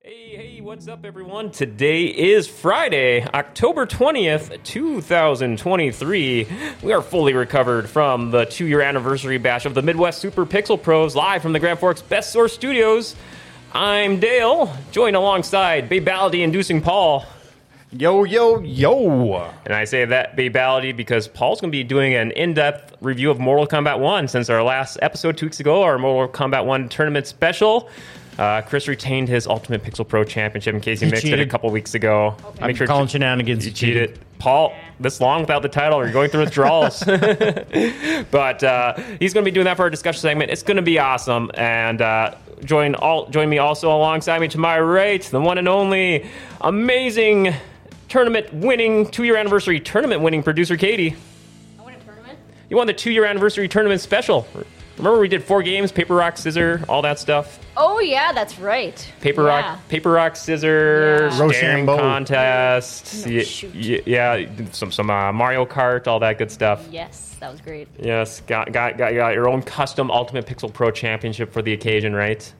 Hey, hey, what's up, everyone? Today is Friday, October 20th, 2023. We are fully recovered from the two year anniversary bash of the Midwest Super Pixel Pros live from the Grand Forks Best Source Studios. I'm Dale, joined alongside Babality inducing Paul. Yo, yo, yo. And I say that Babality because Paul's going to be doing an in depth review of Mortal Kombat 1 since our last episode two weeks ago, our Mortal Kombat 1 tournament special. Uh, Chris retained his Ultimate Pixel Pro Championship in case you He mixed it a cheated. couple weeks ago. I'm calling shenanigans. You cheated. Paul, this long without the title, you're going through withdrawals. but uh, he's going to be doing that for our discussion segment. It's going to be awesome. And uh, join all join me also alongside me to my right, the one and only amazing tournament winning two year anniversary tournament winning producer Katie. I won a tournament. You won the two year anniversary tournament special. Remember we did four games: paper, rock, scissor, all that stuff. Oh yeah, that's right. Paper yeah. rock, paper rock, scissors, Yeah. staring Rochambeau. contest, No, y- shoot. y- yeah, some some uh, Mario Kart, all that good stuff. Yes, that was great. Yes, got got got, got your own custom Ultimate Pixel Pro Championship for the occasion, right?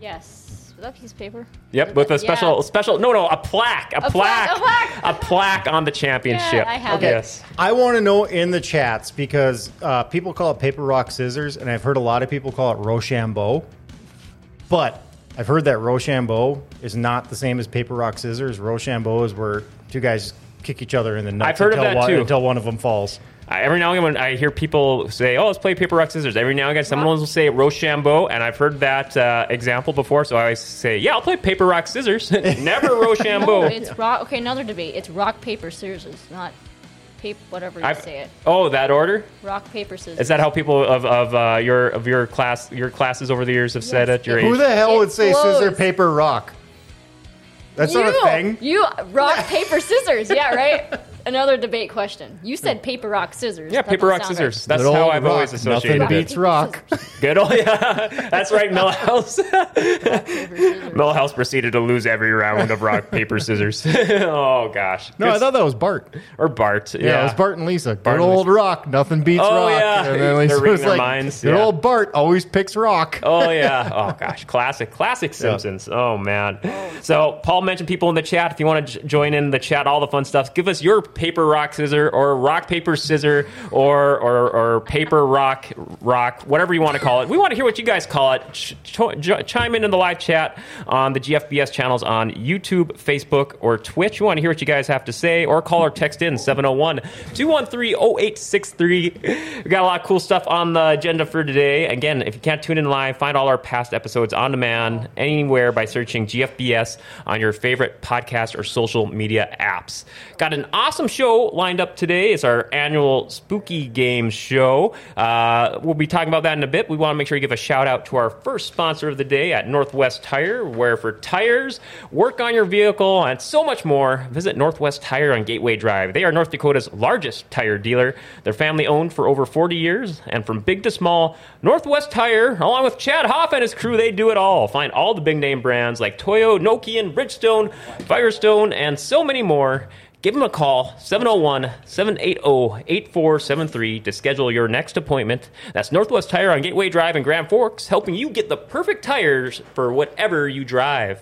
Yes. Was that a piece of paper? Yep, with a Yeah. special special no no a plaque a, A plaque, a plaque. a plaque on the championship. Yeah, I have it. Yes. I want to know in the chats because uh, people call it paper, rock, scissors, and I've heard a lot of people call it Rochambeau. But I've heard that Rochambeau is not the same as paper, rock, scissors. Rochambeau is where two guys kick each other in the nuts I've heard of until, that one, too. until one of them falls. I, every now and again, when I hear people say, "Oh, let's play paper rock scissors," every now and again, someone will say Rochambeau, and I've heard that uh, example before. So I always say, "Yeah, I'll play paper rock scissors." Never Rochambeau. It's rock. Okay, another debate. It's rock paper scissors, not paper. Whatever you I've- say it. Oh, that order Rock paper scissors. is that how people of, of uh, your of your class your classes over the years have said Yes. it? Your Who age? the hell It would say blows. scissor, paper, rock? That's you, not a thing. You rock paper scissors. Yeah, right. Another debate question. You said paper rock scissors. yeah, That paper doesn't rock sound scissors. right. That's Good how old I've rock. always associated Nothing it. beats rock. Good old, yeah. That's right, Millhouse. Paper scissors. Millhouse proceeded to lose every round of rock paper scissors. oh gosh, No, I thought that was Bart. or Bart. Yeah, Yeah, it was Bart and Lisa. Bart Good and old rock, nothing beats Oh, rock. yeah. And then Lisa They're reading was their like, minds, Good yeah. old Bart always picks rock. Oh yeah. Oh gosh, classic, classic Simpsons. Oh man. So Paul mentioned people in the chat. If you want to j- join in the chat, all the fun stuff. Give us your paper rock scissor or rock paper scissor or or, or paper rock rock whatever you want to call it. We want to hear what you guys call it. Ch- ch- j- chime in in the live chat on the GFBS channels on YouTube, Facebook, or Twitch. We want to hear what you guys have to say or call or text in 701 213 0863. We got a lot of cool stuff on the agenda for today. Again, if you can't tune in live, find all our past episodes on demand anywhere by searching GFBS on your favorite podcast or social media apps. Got an awesome show lined up today. It's our annual spooky game show. Uh, we'll be talking about that in a bit. We want to make sure you give a shout out to our first sponsor of the day at Northwest Tire, where for tires, work on your vehicle, and so much more, visit Northwest Tire on Gateway Drive. They are North Dakota's largest tire dealer. They're family owned for over 40 years, and from big to small, Northwest Tire, along with Chad Hoff and his crew, they do it all. Find all the big name brands like Toyo, Nokian, Bridgestone, Firestone, and so many more. Give them a call, 701 780 8473, to schedule your next appointment. That's Northwest Tire on Gateway Drive in Grand Forks, helping you get the perfect tires for whatever you drive.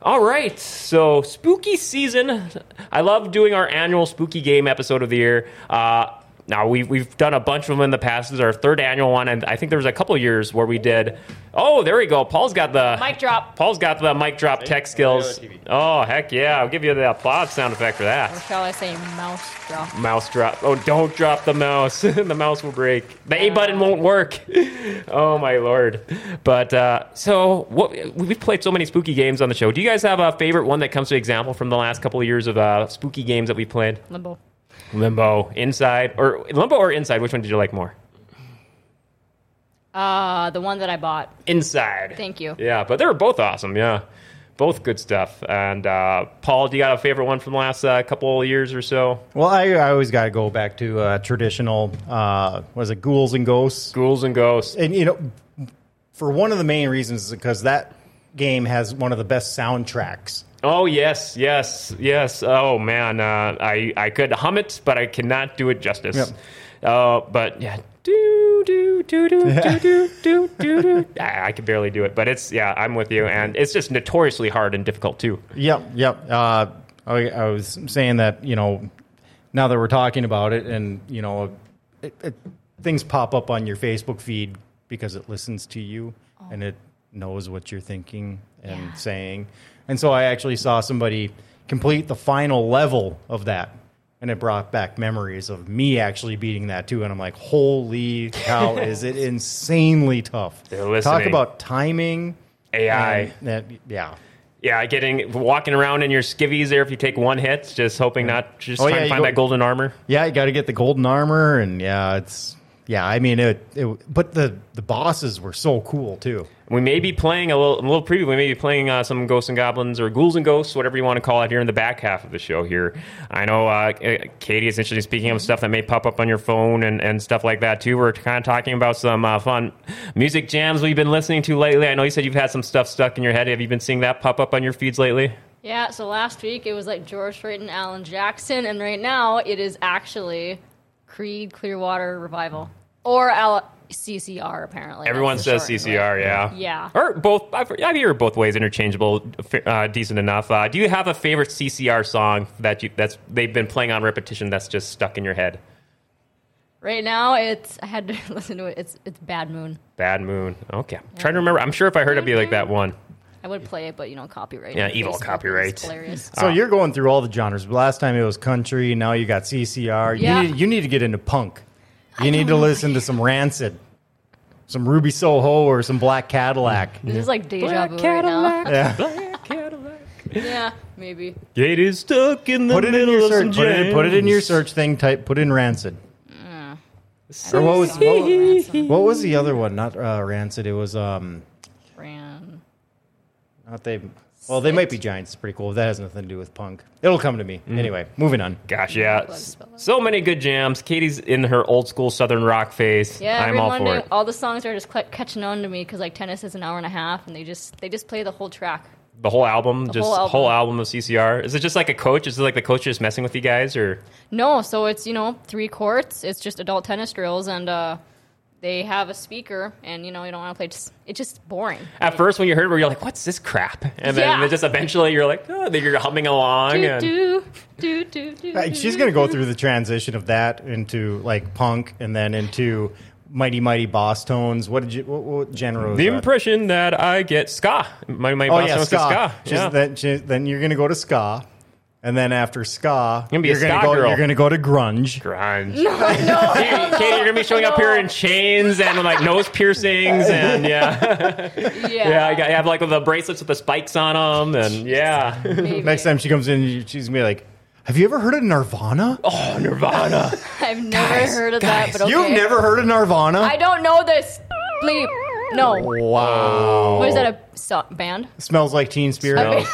All right, so spooky season. I love doing our annual spooky game episode of the year. Uh, now we've we've done a bunch of them in the past. This is our third annual one, and I think there was a couple years where we did. Oh, there we go. Paul's got the Mic drop. Paul's got the mic drop tech skills. TV. Oh heck yeah! I'll give you the applause sound effect for Or that. shall I say mouse drop? Mouse drop. Oh, don't drop the mouse. the mouse will break. The A button won't work. oh my lord! But uh, so what? We've played so many spooky games on the show. Do you guys have a favorite one that comes to example from the last couple of years of uh, spooky games that we played? Limbo. Limbo, Inside, or Limbo or Inside? Which one did you like more? Uh, the one that I bought. Inside. Thank you. Yeah, but they were both awesome. Yeah, both good stuff. And uh, Paul, do you got a favorite one from the last uh, couple of years or so? Well, I, I always got to go back to uh, traditional, uh, was it ghouls and ghosts? Ghouls and Ghosts. And, you know, for one of the main reasons is because that game has one of the best soundtracks. Oh yes, yes, yes. Oh man, uh, I I could hum it, but I cannot do it justice. Yep. Uh, but yeah, do do do do do do do do do. I I could barely do it, but it's yeah. I'm with you, and it's just notoriously hard and difficult too. Yep, yep. Uh, I, I was saying that you know, now that we're talking about it, and you know, it, it, things pop up on your Facebook feed because it listens to you and it knows what you're thinking and Yeah. saying. And so I actually saw somebody complete the final level of that. And it brought back memories of me actually beating that too. And I'm like, holy cow, is it insanely tough? They're Talk listening. about timing. AI. and that, yeah. Yeah, getting walking around in your skivvies there if you take one hit, just hoping not just Oh, trying yeah, to you find go- that golden armor. Yeah, you got to get the golden armor, and yeah, it's yeah. I mean, it, it. But the the bosses were so cool too. We may be playing a little, a little preview. We may be playing uh, some Ghosts and Goblins or Ghouls and Ghosts, whatever you want to call it, here in the back half of the show. Here, I know uh, Katie is interested in speaking of stuff that may pop up on your phone and, and stuff like that too. We're kind of talking about some uh, fun music jams we've been listening to lately. I know you said you've had some stuff stuck in your head. Have you been seeing that pop up on your feeds lately? Yeah, so last week it was like George Strait and Alan Jackson, and right now it is actually Creed Clearwater Revival or Al- CCR apparently. Everyone That's the says short of CCR, it. yeah. Yeah. Or both. I've, I've heard both ways interchangeable, uh, decent enough. Uh, do you have a favorite CCR song that you that's they've been playing on repetition that's just stuck in your head? Right now it's I had to listen to it. It's it's Bad Moon. Bad Moon. Okay. I'm trying to remember. I'm sure if I heard it'd be like that one. I would play it, but you know, copyright. Yeah, evil Facebook, it's copyright. Hilarious. Ah. So you're going through all the genres. Last time it was country. Now you got CCR. Yeah. You, need, you need to get into punk. You need to listen to some Rancid, some Ruby Soho, or some Black Cadillac. This is like deja Black vu right Cadillac. Yeah, Black Cadillac. now. yeah, maybe. It is stuck in the put it in middle your of some search. Put it, put it in your jams. search thing. Type. Put in Rancid. I Or what was don't know. what, Ransom. what was the other one? Not uh, Rancid. It was um. Ran. Not they. Well, they might be giants. It's pretty cool. That has nothing to do with punk. It'll come to me. Mm. Anyway, moving on. Gosh, yeah. Let's spell it. So many good jams. Katie's in her old school southern rock phase. Yeah, I'm every all Monday, for it. all the songs are just cl- catching on to me because like tennis is an hour and a half, and they just they just play the whole track. The whole album, just whole whole album. album. of CCR. Is it just like a coach? Is it like the coach just messing with you guys, or No, so it's you know three courts. It's just adult tennis drills, and uh, they have a speaker, and you know you don't want to play. Just, it's just boring. at first when you heard it, you're like, "What's this crap?" And then Yeah. just eventually you're like, "Oh," then you're humming along. Do and do do do do. Uh, She's going to go through the transition of that into like punk and then into mighty mighty boss tones. What did you? What, what genre? Was The that? impression that I get ska. My my Oh boss yeah, knows ska. the ska. She's- Yeah. Then, she- then you're going to go to ska, and then after ska, gonna be a you're gonna ska go, girl. You're going to go to grunge. Grunge. No, no, Katie, you're gonna be showing up here in chains and like nose piercings and yeah, Yeah, yeah. I got- I have like the bracelets with the spikes on them and yeah. maybe. Next time she comes in, she's going to be like, "Have you ever heard of Nirvana? Oh, Nirvana. I've never heard of that. But okay. You've never heard of Nirvana? I don't know this. Bleep. No. wow. What is that? A so- band? Smells like Teen Spirit. Okay. No.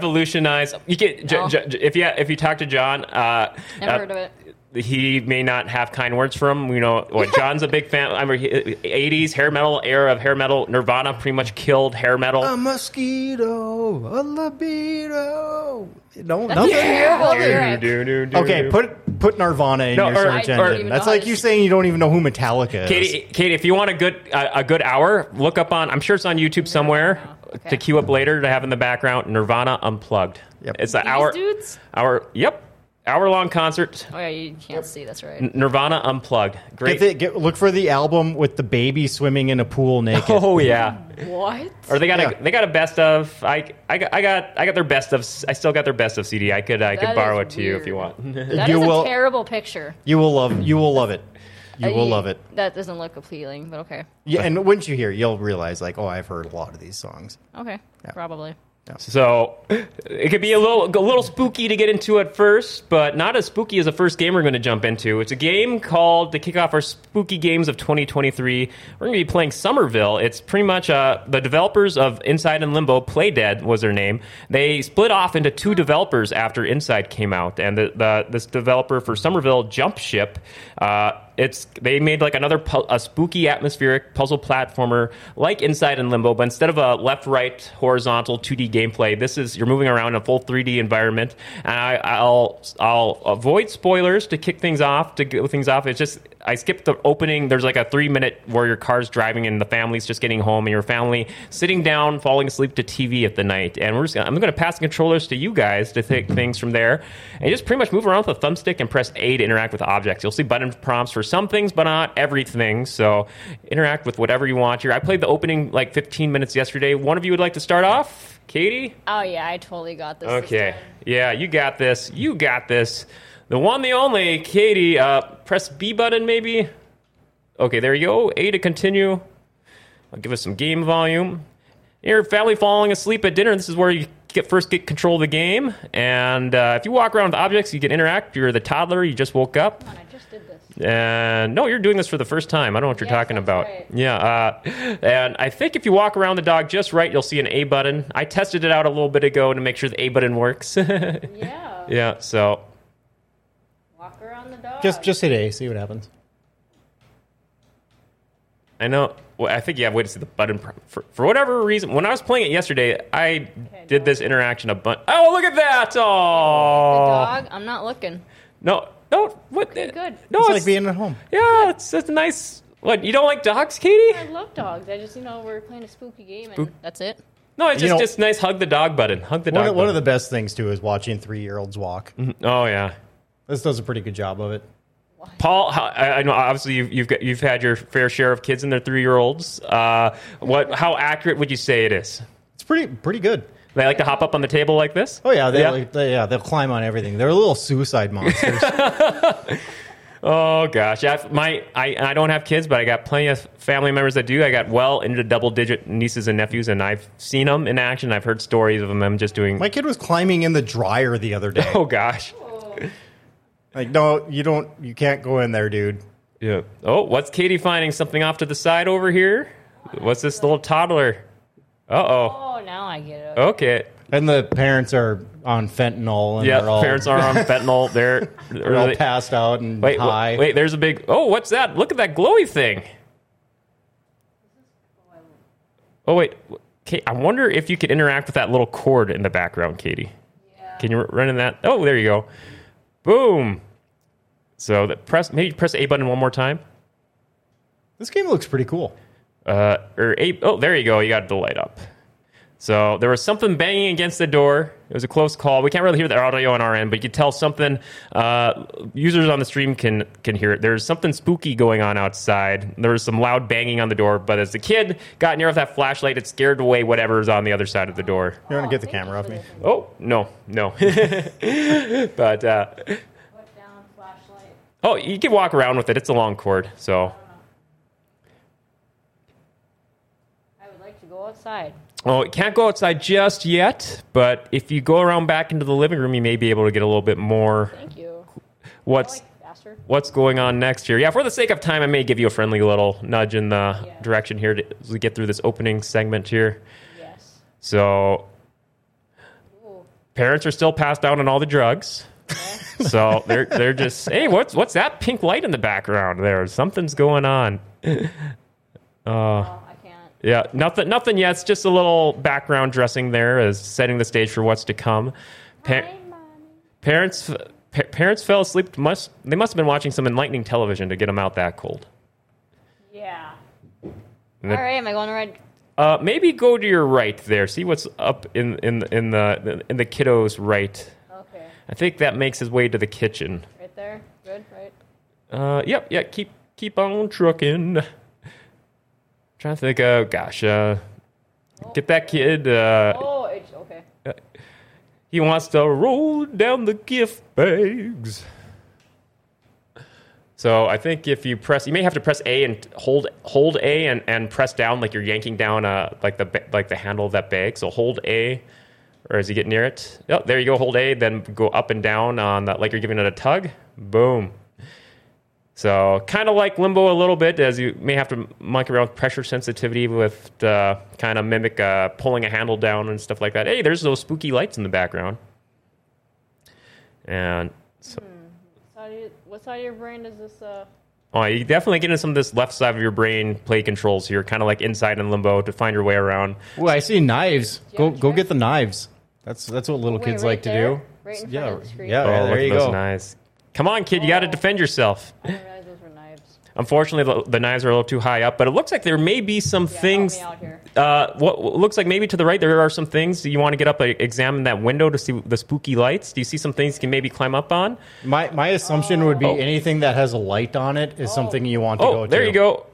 Revolutionize. You can j- No. j- j- if you if you talk to John. Uh, Never uh, heard of it. He may not have kind words for him. You know, what John's a big fan. I mean, eighties hair metal era of hair metal. Nirvana pretty much killed hair metal. A mosquito, a libido. No, That's nothing. terrible Do, lyric. do, do, do, Okay, do. put put Nirvana in No, your or- search I don't engine. even That's know how like to you s- saying you don't even know who Metallica is. Katie, Katie, if you want a good uh, a good hour, look up on. I'm sure it's on YouTube somewhere Okay. to queue up later to have in the background. Nirvana Unplugged. Yep. It's an These hour dudes? hour. Yep, hour long concert. Oh yeah, you can't see. That's right. Nirvana Unplugged. Get Great. the, get, look for the album with the baby swimming in a pool naked. Oh yeah. What? Or they got Yeah. a they got a best of. I I got I got I got their best of. I still got their best of CD. I could I That could borrow is it to you if you weird. want. That is You a will- terrible picture. You will love you will love it. You will Uh, love it. That doesn't look appealing, but okay. Yeah, and once you hear, it, you'll realize like, oh, I've heard a lot of these songs. Okay. Probably. So it could be a little a little spooky to get into at first, but not as spooky as the first game we're going to jump into. It's a game called to kick off our spooky games of 2023. We're going to be playing Somerville. It's pretty much uh, the developers of Inside and Limbo. Playdead was their name. They split off into two developers after Inside came out, and the, the this developer for Somerville, Jump Ship. Uh, it's they made like another pu- a spooky atmospheric puzzle platformer like Inside and Limbo, but instead of a left right horizontal 2D gameplay, this is you're moving around in a full 3D environment. And I, I'll I'll avoid spoilers to kick things off to go things off. It's just I skipped the opening. There's like a three minute where your car's driving and the family's just getting home and your family sitting down, falling asleep to TV at the night. And we're just gonna, I'm going to pass the controllers to you guys to take things from there. And you just pretty much move around with a thumbstick and press A to interact with objects. You'll see button prompts for some things, but not everything. So interact with whatever you want here. I played the opening like 15 minutes yesterday. One of you would like to start off? Katie? Oh yeah, I totally got this. this Okay. time. Yeah, you got this. You got this. The one, the only, Katie. Uh, press B button, maybe. Okay, there you go. A to continue. I'll give us some game volume. Your family falling asleep at dinner. This is where you get first get control of the game. And uh, if you walk around with objects, you can interact. You're the toddler. You just woke up. I just did this. And no, you're doing this for the first time. I don't know what you're Yes, talking that's about. right. Yeah. Uh, and I think if you walk around the dog just right, you'll see an A button. I tested it out a little bit ago to make sure the A button works. Yeah. yeah. So Walk around the dog. Just just hit A, see what happens. I know. Well, I think you have a way to see the button pro- for, for whatever reason. When I was playing it yesterday, I did this interaction a bunch. Oh, look at that! the Oh, dog. I'm not looking. no, no, what? the- good. No, it's, It's like being at home. yeah, it's it's nice. What you don't like dogs, Katie? I love dogs. I just you know we're playing a spooky game and that's it. No, it's You just know- just nice. Hug the dog button. Hug the One, dog. of- one of the button. best things too is watching three year olds walk. Oh yeah. This does a pretty good job of it. Paul, how- I I know obviously you've you've, got, you've had your fair share of kids and their three year olds. Uh, what? How accurate would you say it is? It's pretty pretty good. They like to hop up on the table like this. Oh yeah, they, Yeah. Like, they yeah they'll climb on everything. They're little suicide monsters. Oh gosh, I, my I, I don't have kids, but I got plenty of family members that do. I got well into double digit nieces and nephews, and I've seen them in action. I've heard stories of them. I'm just doing. My kid was climbing in the dryer the other day. oh gosh. Like no, you don't, you can't go in there, dude. Yeah. Oh, what's Katie finding something off to the side over here? What's this little toddler? Uh oh. Oh, now I get it. Okay. And the parents are on fentanyl and Yeah. they're all Parents are on fentanyl. They're, they're all really- passed out and Wait, wh- high. wait, there's a big. Oh, what's that? Look at that glowy thing. Oh, wait. Kate, I wonder if you could interact with that little cord in the background, Katie. Can you r- run in that? Oh, there you go. Boom. So that press maybe press A button one more time. This game looks pretty cool. Uh, or A. Oh, there you go. You got the light up. So there was something banging against the door. It was a close call. We can't really hear the audio on our end, but you could tell something. Uh, users on the stream can can hear it. There's something spooky going on outside. There was some loud banging on the door, but as the kid got near with that flashlight, it scared away whatever is on the other side of the door. You want to get the camera off me? Oh no, no. but uh, Put down flashlight. oh, you can walk around with it. It's a long cord, so. I would like to go outside. Oh, it can't go outside just yet, but if you go around back into the living room, you may be able to get a little bit more Thank you. I what's like faster. what's going on next year. Yeah, for the sake of time, I may give you a friendly little nudge in the Yeah. direction here to, as we get through this opening segment here. Yes. So, Ooh. parents are still passed out on all the drugs. so they're they're just hey what's what's that pink light in the background there something's going on Oh, I can't. yeah nothing nothing yet it's just a little background dressing there as setting the stage for what's to come Pa- Hi, mommy. parents pa- parents fell asleep must they must have been watching some enlightening television to get them out that cold Yeah. And All the- right, am I going to red? Uh, maybe go to your right there. See what's up in in in the in the kiddo's right. Okay, I think that makes his way to the kitchen. right there. Good, right? Uh, yep, yeah. Keep keep on trucking. Trying to think. Oh gosh, uh, get that kid. Uh, Oh, it's okay. he wants to roll down the gift bags. So I think if you press, you may have to press A and hold hold A and, and press down like you're yanking down uh like the ba- like the handle of that bag. So hold A, or as you get near it, oh, there you go. Hold A, then go up and down on that like you're giving it a tug. Boom. So kind of like limbo a little bit, as you may have to monkey around with pressure sensitivity with uh, kind of mimic uh, pulling a handle down and stuff like that. Hey, there's those spooky lights in the background, and so. Side of your- what side of your brain does this? Uh, Oh, you definitely get into some of this left side of your brain play controls here, kind of like inside and limbo to find your way around. Ooh, I see knives. Yeah, Go go sure. get the knives. That's that's what little Wait, kids right like there? to do. Right in yeah, front of the screen? yeah. oh, there look you at those go. knives. Come on, kid, you got to Oh. defend yourself. I didn't realize those were knives. Unfortunately, the, the knives are a little too high up, but it looks like there may be some Yeah, help things. me out here. Uh, what what looks like maybe to the right, there are some things you want to get up, like, examine that window to see the spooky lights. Do you see some things you can maybe climb up on? My my assumption would be Oh. anything that has a light on it is something you want to Oh, go to. there you go.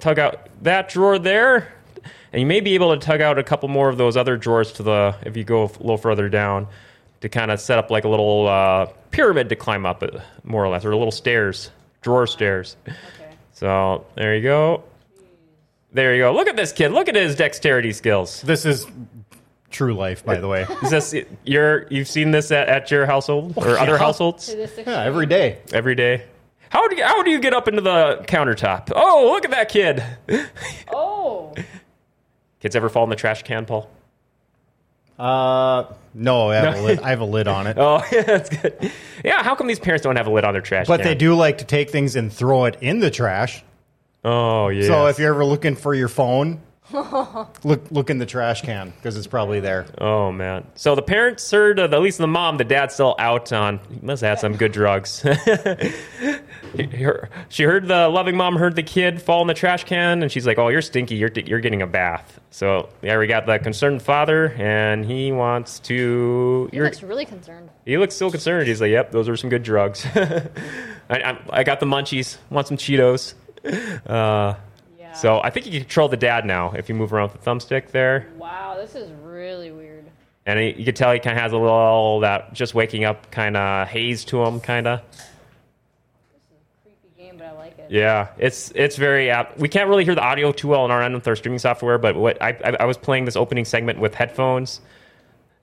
Tug out that drawer there, and you may be able to tug out a couple more of those other drawers to the if you go a little further down to kind of set up like a little uh, pyramid to climb up, uh, more or less, or little stairs, drawer stairs. Okay. So there you go. There you go. Look at this kid. Look at his dexterity skills. This is true life, by the way. Is this your? You've seen this at, at your household or other Yeah. households To this extreme. Yeah, every day. every day? How do you, how do you get up into the countertop? Oh, look at that kid. Oh. Kids ever fall in the trash can, Paul? Uh, no, I have, No. A, lid, I have a lid on it. Oh, yeah, that's good. Yeah, how come these parents don't have a lid on their trash But can? they do like to take things and throw it in the trash. Oh, yeah. So if you're ever looking for your phone, look look in the trash can because it's probably there. Oh man! So the parents heard, uh, at least the mom, the dad's still out on. He must have had some good drugs. Her- she heard the loving mom heard the kid fall in the trash can, and she's like, "Oh, you're stinky. You're you're getting a bath." So yeah, we got the concerned father, and he wants to. He you're- looks really concerned. he looks still concerned. He's like, "Yep, those are some good drugs. I, I, I got the munchies. Want some Cheetos?" Uh, Yeah. so I think you can control the dad now if you move around with the thumbstick there. Wow, this is really weird. and he, you could tell he kind of has a little that just waking up kind of haze to him, kind of. This is a creepy game, but I like it. Yeah, it's it's very apt. We can't really hear the audio too well on our end with our streaming software, but what I I, I was playing this opening segment with headphones,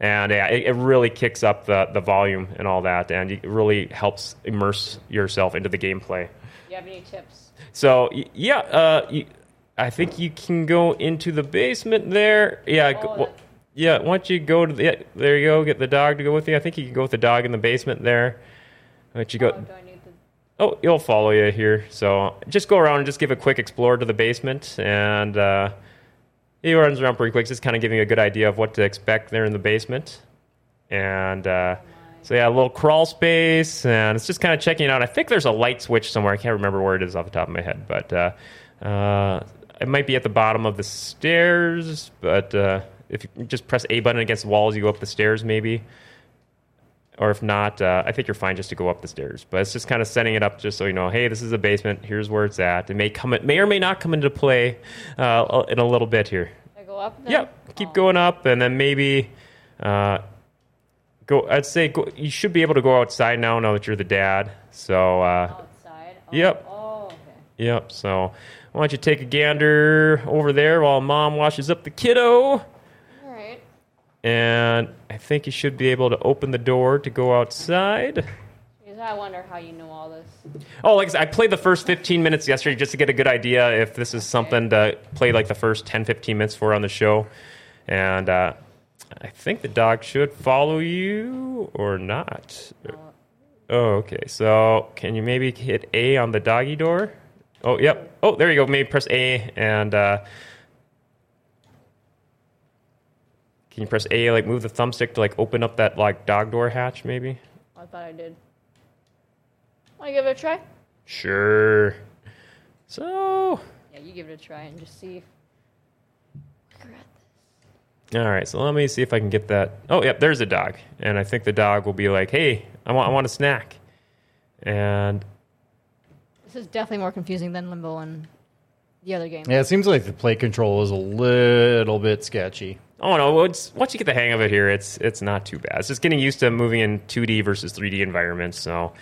and yeah, it, it really kicks up the the volume and all that, and it really helps immerse yourself into the gameplay. You have any tips? So y- yeah, uh, you, I think you can go into the basement there. Yeah, go, Oh, well, that- yeah. Once you go to the yeah, there, you go get the dog to go with you. I think you can go with the dog in the basement there. But you Oh, go. do I need the? Oh, he'll follow you here. So just go around and just give a quick explore to the basement, and uh, he runs around pretty quick, just kind of giving you a good idea of what to expect there in the basement. And uh, so yeah, a little crawl space, and it's just kind of checking it out. I think there's a light switch somewhere. I can't remember where it is off the top of my head, but uh, uh, it might be at the bottom of the stairs. But uh, if you just press A button against the walls, you go up the stairs maybe or if not, uh, I think you're fine just to go up the stairs. But it's just kind of setting it up just so you know, hey, this is a basement. Here's where it's at. It may come, it may or may not come into play uh, in a little bit here. I go up. Then? Yep, keep Oh. going up, and then maybe uh, go. I'd say go, you should be able to go outside now, now that you're the dad. So uh, Outside. Oh, Yep. Oh, okay. Yep. So why don't you take a gander over there while mom washes up the kiddo? All right. And I think you should be able to open the door to go outside. Because I wonder how you know all this. Oh, like I, said, I played the first 15 minutes yesterday just to get a good idea if this is something to play like the first 10, 15 minutes for on the show. And uh, I think the dog should follow you or not. Oh, okay. So can you maybe hit A on the doggy door? Oh, yep. Oh, there you go. Maybe press A and. Uh, can you press A, like move the thumbstick to like open up that like dog door hatch, maybe? I thought I did. Want to give it a try? Sure. So Yeah, you give it a try and just see. If... Regret All right, so let me see if I can get that. Oh, yep, there's a dog, and I think the dog will be like, "Hey, I want, I want a snack," and this. This is definitely more confusing than Limbo and the other game. Yeah, it seems like the play control is a little bit sketchy. oh no, once once you get the hang of it here, it's it's not too bad. It's just getting used to moving in 2D versus 3D environments. So,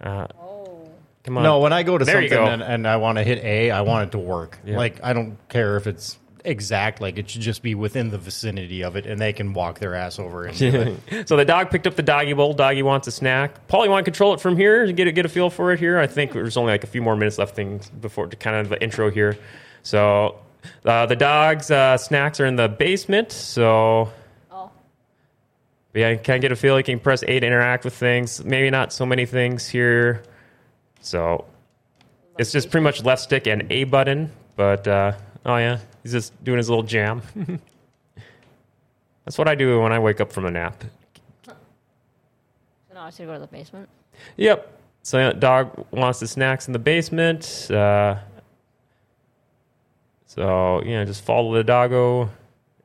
uh, Oh. come on, no, when I go to There something you go. And, and I want to hit A, I want it to work. Yeah. Like I don't care if it's exact. Like it should just be within the vicinity of it, and they can walk their ass over. And so the dog picked up the doggy bowl. Doggy wants a snack. Paul, you want to control it from here and get a, get a feel for it here? I think there's only like a few more minutes left things before to kind of the intro here. So uh, the dog's uh, snacks are in the basement. So Oh. But yeah, you kind of get a feel. You can press A to interact with things. Maybe not so many things here. So it's just pretty much left stick and A button. But uh, oh yeah, he's just doing his little jam. That's what I do when I wake up from a nap. So now I should go to the basement. Yep. Silent Dog wants the snacks in the basement. Uh, so, you know, just follow the doggo.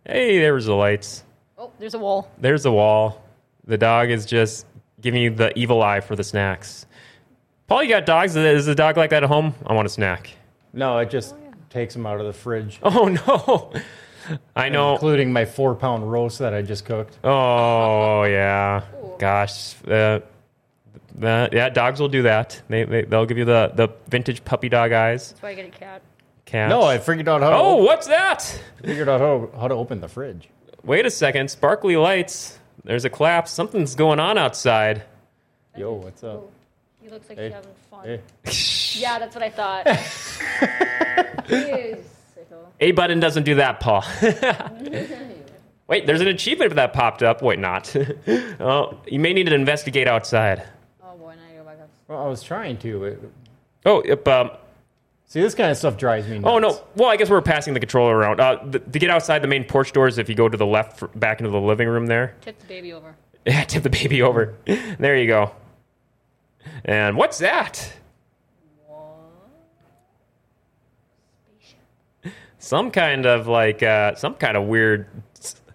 Hey, there's the lights. Oh, there's a wall. There's the wall. The dog is just giving you the evil eye for the snacks. Paul, you got dogs? Is a dog like that at home? I want a snack. No, it just takes them out of the fridge, Oh, no. I know. including my four pound roast that I just cooked. Oh yeah, gosh, uh, that yeah, dogs will do that. They, they they'll give you the the vintage puppy dog eyes. That's why I get a cat. Cats. No, I figured out how. oh, to, what's that? op- figured out how how to open the fridge. Wait a second, sparkly lights. There's a collapse. Something's going on outside. Yo, what's up? He looks like Hey. he's having fun. Hey. Yeah, that's what I thought. He is sicko. A button doesn't do that, Paul. Wait, there's an achievement that popped up. Wait, not. oh, you may need to investigate outside. Oh boy, now you go back up. Well, I was trying to. It, Oh, yep. Um, see, this kind of stuff drives me. Nuts. Oh no! Well, I guess we're passing the controller around. Uh, th- to get outside the main porch doors, if you go to the left, f- back into the living room there. Tip the baby over. Yeah, tip the baby over. There you go. And what's that? Some kind of like uh, some kind of weird,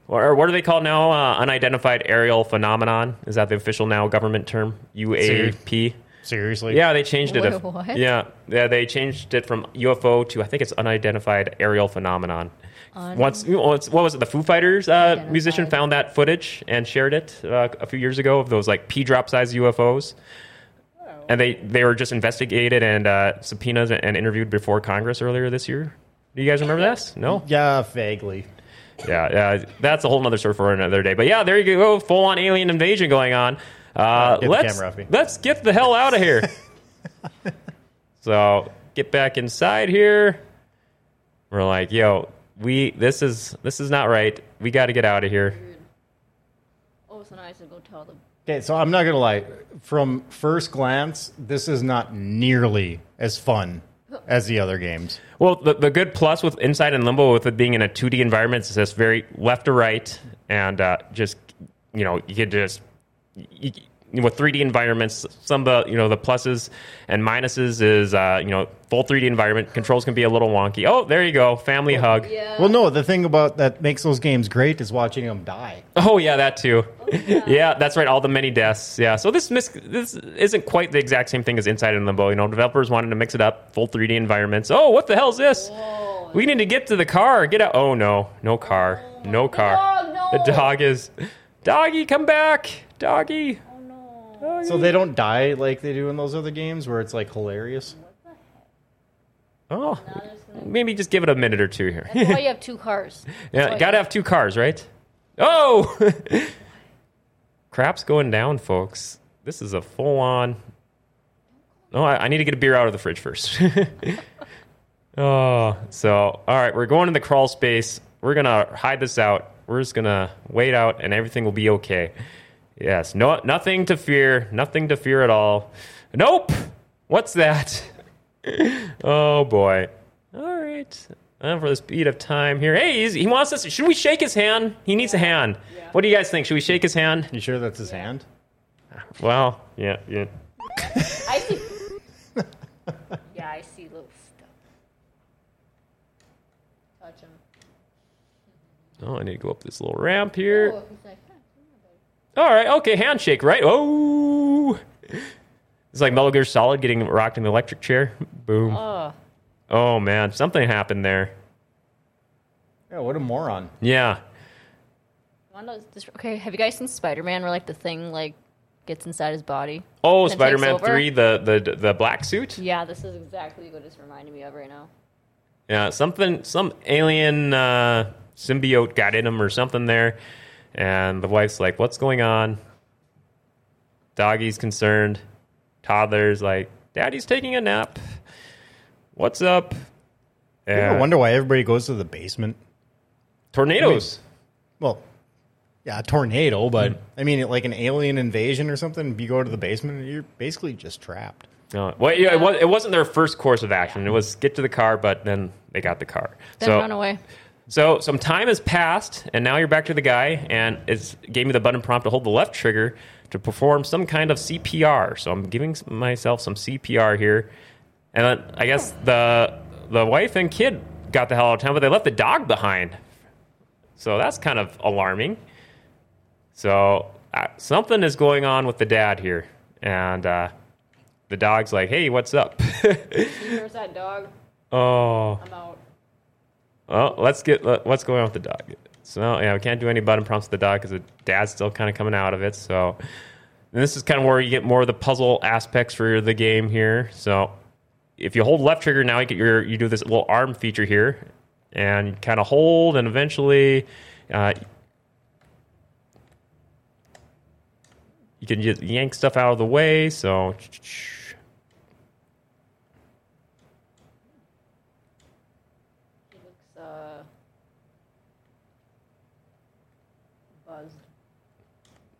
or what are they called now? Uh, unidentified aerial phenomenon. Is that the official now government term? UAP. Seriously? Yeah, they changed it. Wait, what? Yeah, yeah, they changed it from UFO to I think it's unidentified aerial phenomenon. Un- Once, once, what was it? The Foo Fighters uh, musician Identified. found that footage and shared it uh, a few years ago of those like pea drop size UFOs, and they they were just investigated and uh, subpoenas and interviewed before Congress earlier this year. Do you guys remember this? No. Yeah, vaguely. Yeah, yeah, that's a whole nother story for another day. But yeah, there you go, full on alien invasion going on. Uh, the let's camera off me. let's get the hell out of here. so get back inside here. We're like, yo, we this is this is not right. We got to get out of here. Oh, so now I have to go tell them. Okay, so I'm not gonna lie. From first glance, this is not nearly as fun as the other games. Well, the, the good plus with Inside and Limbo, with it being in a 2D environment, is just very left to right, and uh, just you know you could just you, you- with 3D environments, some of the you know the pluses and minuses is uh, you know full 3D environment controls can be a little wonky. Oh, there you go, family hug. Yeah. Well, no, the thing about that makes those games great is watching them die. Oh yeah, that too. yeah. that's right. All the many deaths. Yeah. So this mis- this isn't quite the exact same thing as Inside and Limbo. You know, developers wanted to mix it up, full 3D environments. Oh, what the hell's this? Whoa. We need to get to the car. Get out. Oh no, no car, no car. Oh, no. The dog is, doggy, come back, doggy. Oh no. So they don't die like they do in those other games where it's like hilarious. Oh, Now there's no- maybe just give it a minute or two here. That's why you have two cars. Yeah, gotta have two cars, right? Oh, crap's going down, folks. This is a full on. No, I, I need to get a beer out of the fridge first. oh, so all right, we're going in the crawl space. We're gonna hide this out. We're just gonna wait out, and everything will be okay. Yes, no, nothing to fear. Nothing to fear at all. Nope. What's that? Oh boy. All right. And for the speed of time here. Hey, he's, he wants us. Should we shake his hand? He needs a hand. What do you guys think? Should we shake his hand? You sure that's his hand? Well, yeah, yeah. I see. yeah, I see little stuff. Touch him. Oh, I need to go up this little ramp here. Oh, he's like, huh. All right, okay, handshake, right? Oh, it's like Metal Gear Solid getting rocked in the electric chair. Boom. oh. Oh man, something happened there. Yeah, what a moron. Yeah. Wanda's dis- okay, have you guys seen Spider Man where like the thing like gets inside his body? Oh, And takes Spider-Man over? Three, the the the black suit. Yeah, this is exactly what it's reminding me of right now. Yeah, something, some alien uh, symbiote got in him or something there. And the wife's like, what's going on? Doggy's concerned. Toddler's like, daddy's taking a nap. What's up? Uh, You ever Yeah. wonder why everybody goes to the basement? Tornadoes. Well, yeah, a tornado, but Hmm. I mean, like an alien invasion or something. If you go to the basement, you're basically just trapped. No, well, yeah, it, was, it wasn't their first course of action. It was get to the car, but then they got the car. Then run away. So some time has passed, and now you're back to the guy, and it gave me the button prompt to hold the left trigger to perform some kind of CPR. So I'm giving s- myself some CPR here, and then I guess the the wife and kid got the hell out of town, but they left the dog behind. So that's kind of alarming. So uh, something is going on with the dad here, and uh, the dog's like, "Hey, what's up?" Where's that dog? oh. I'm out. Well, let's get let- what's going on with the dog. So yeah, we can't do any button prompts with the dog because the dad's still kind of coming out of it. So and this is kind of where you get more of the puzzle aspects for the game here. So if you hold left trigger now, you get your you do this little arm feature here, and kind of hold, and eventually. Uh, you can just yank stuff out of the way, so He looks uh, buzzed.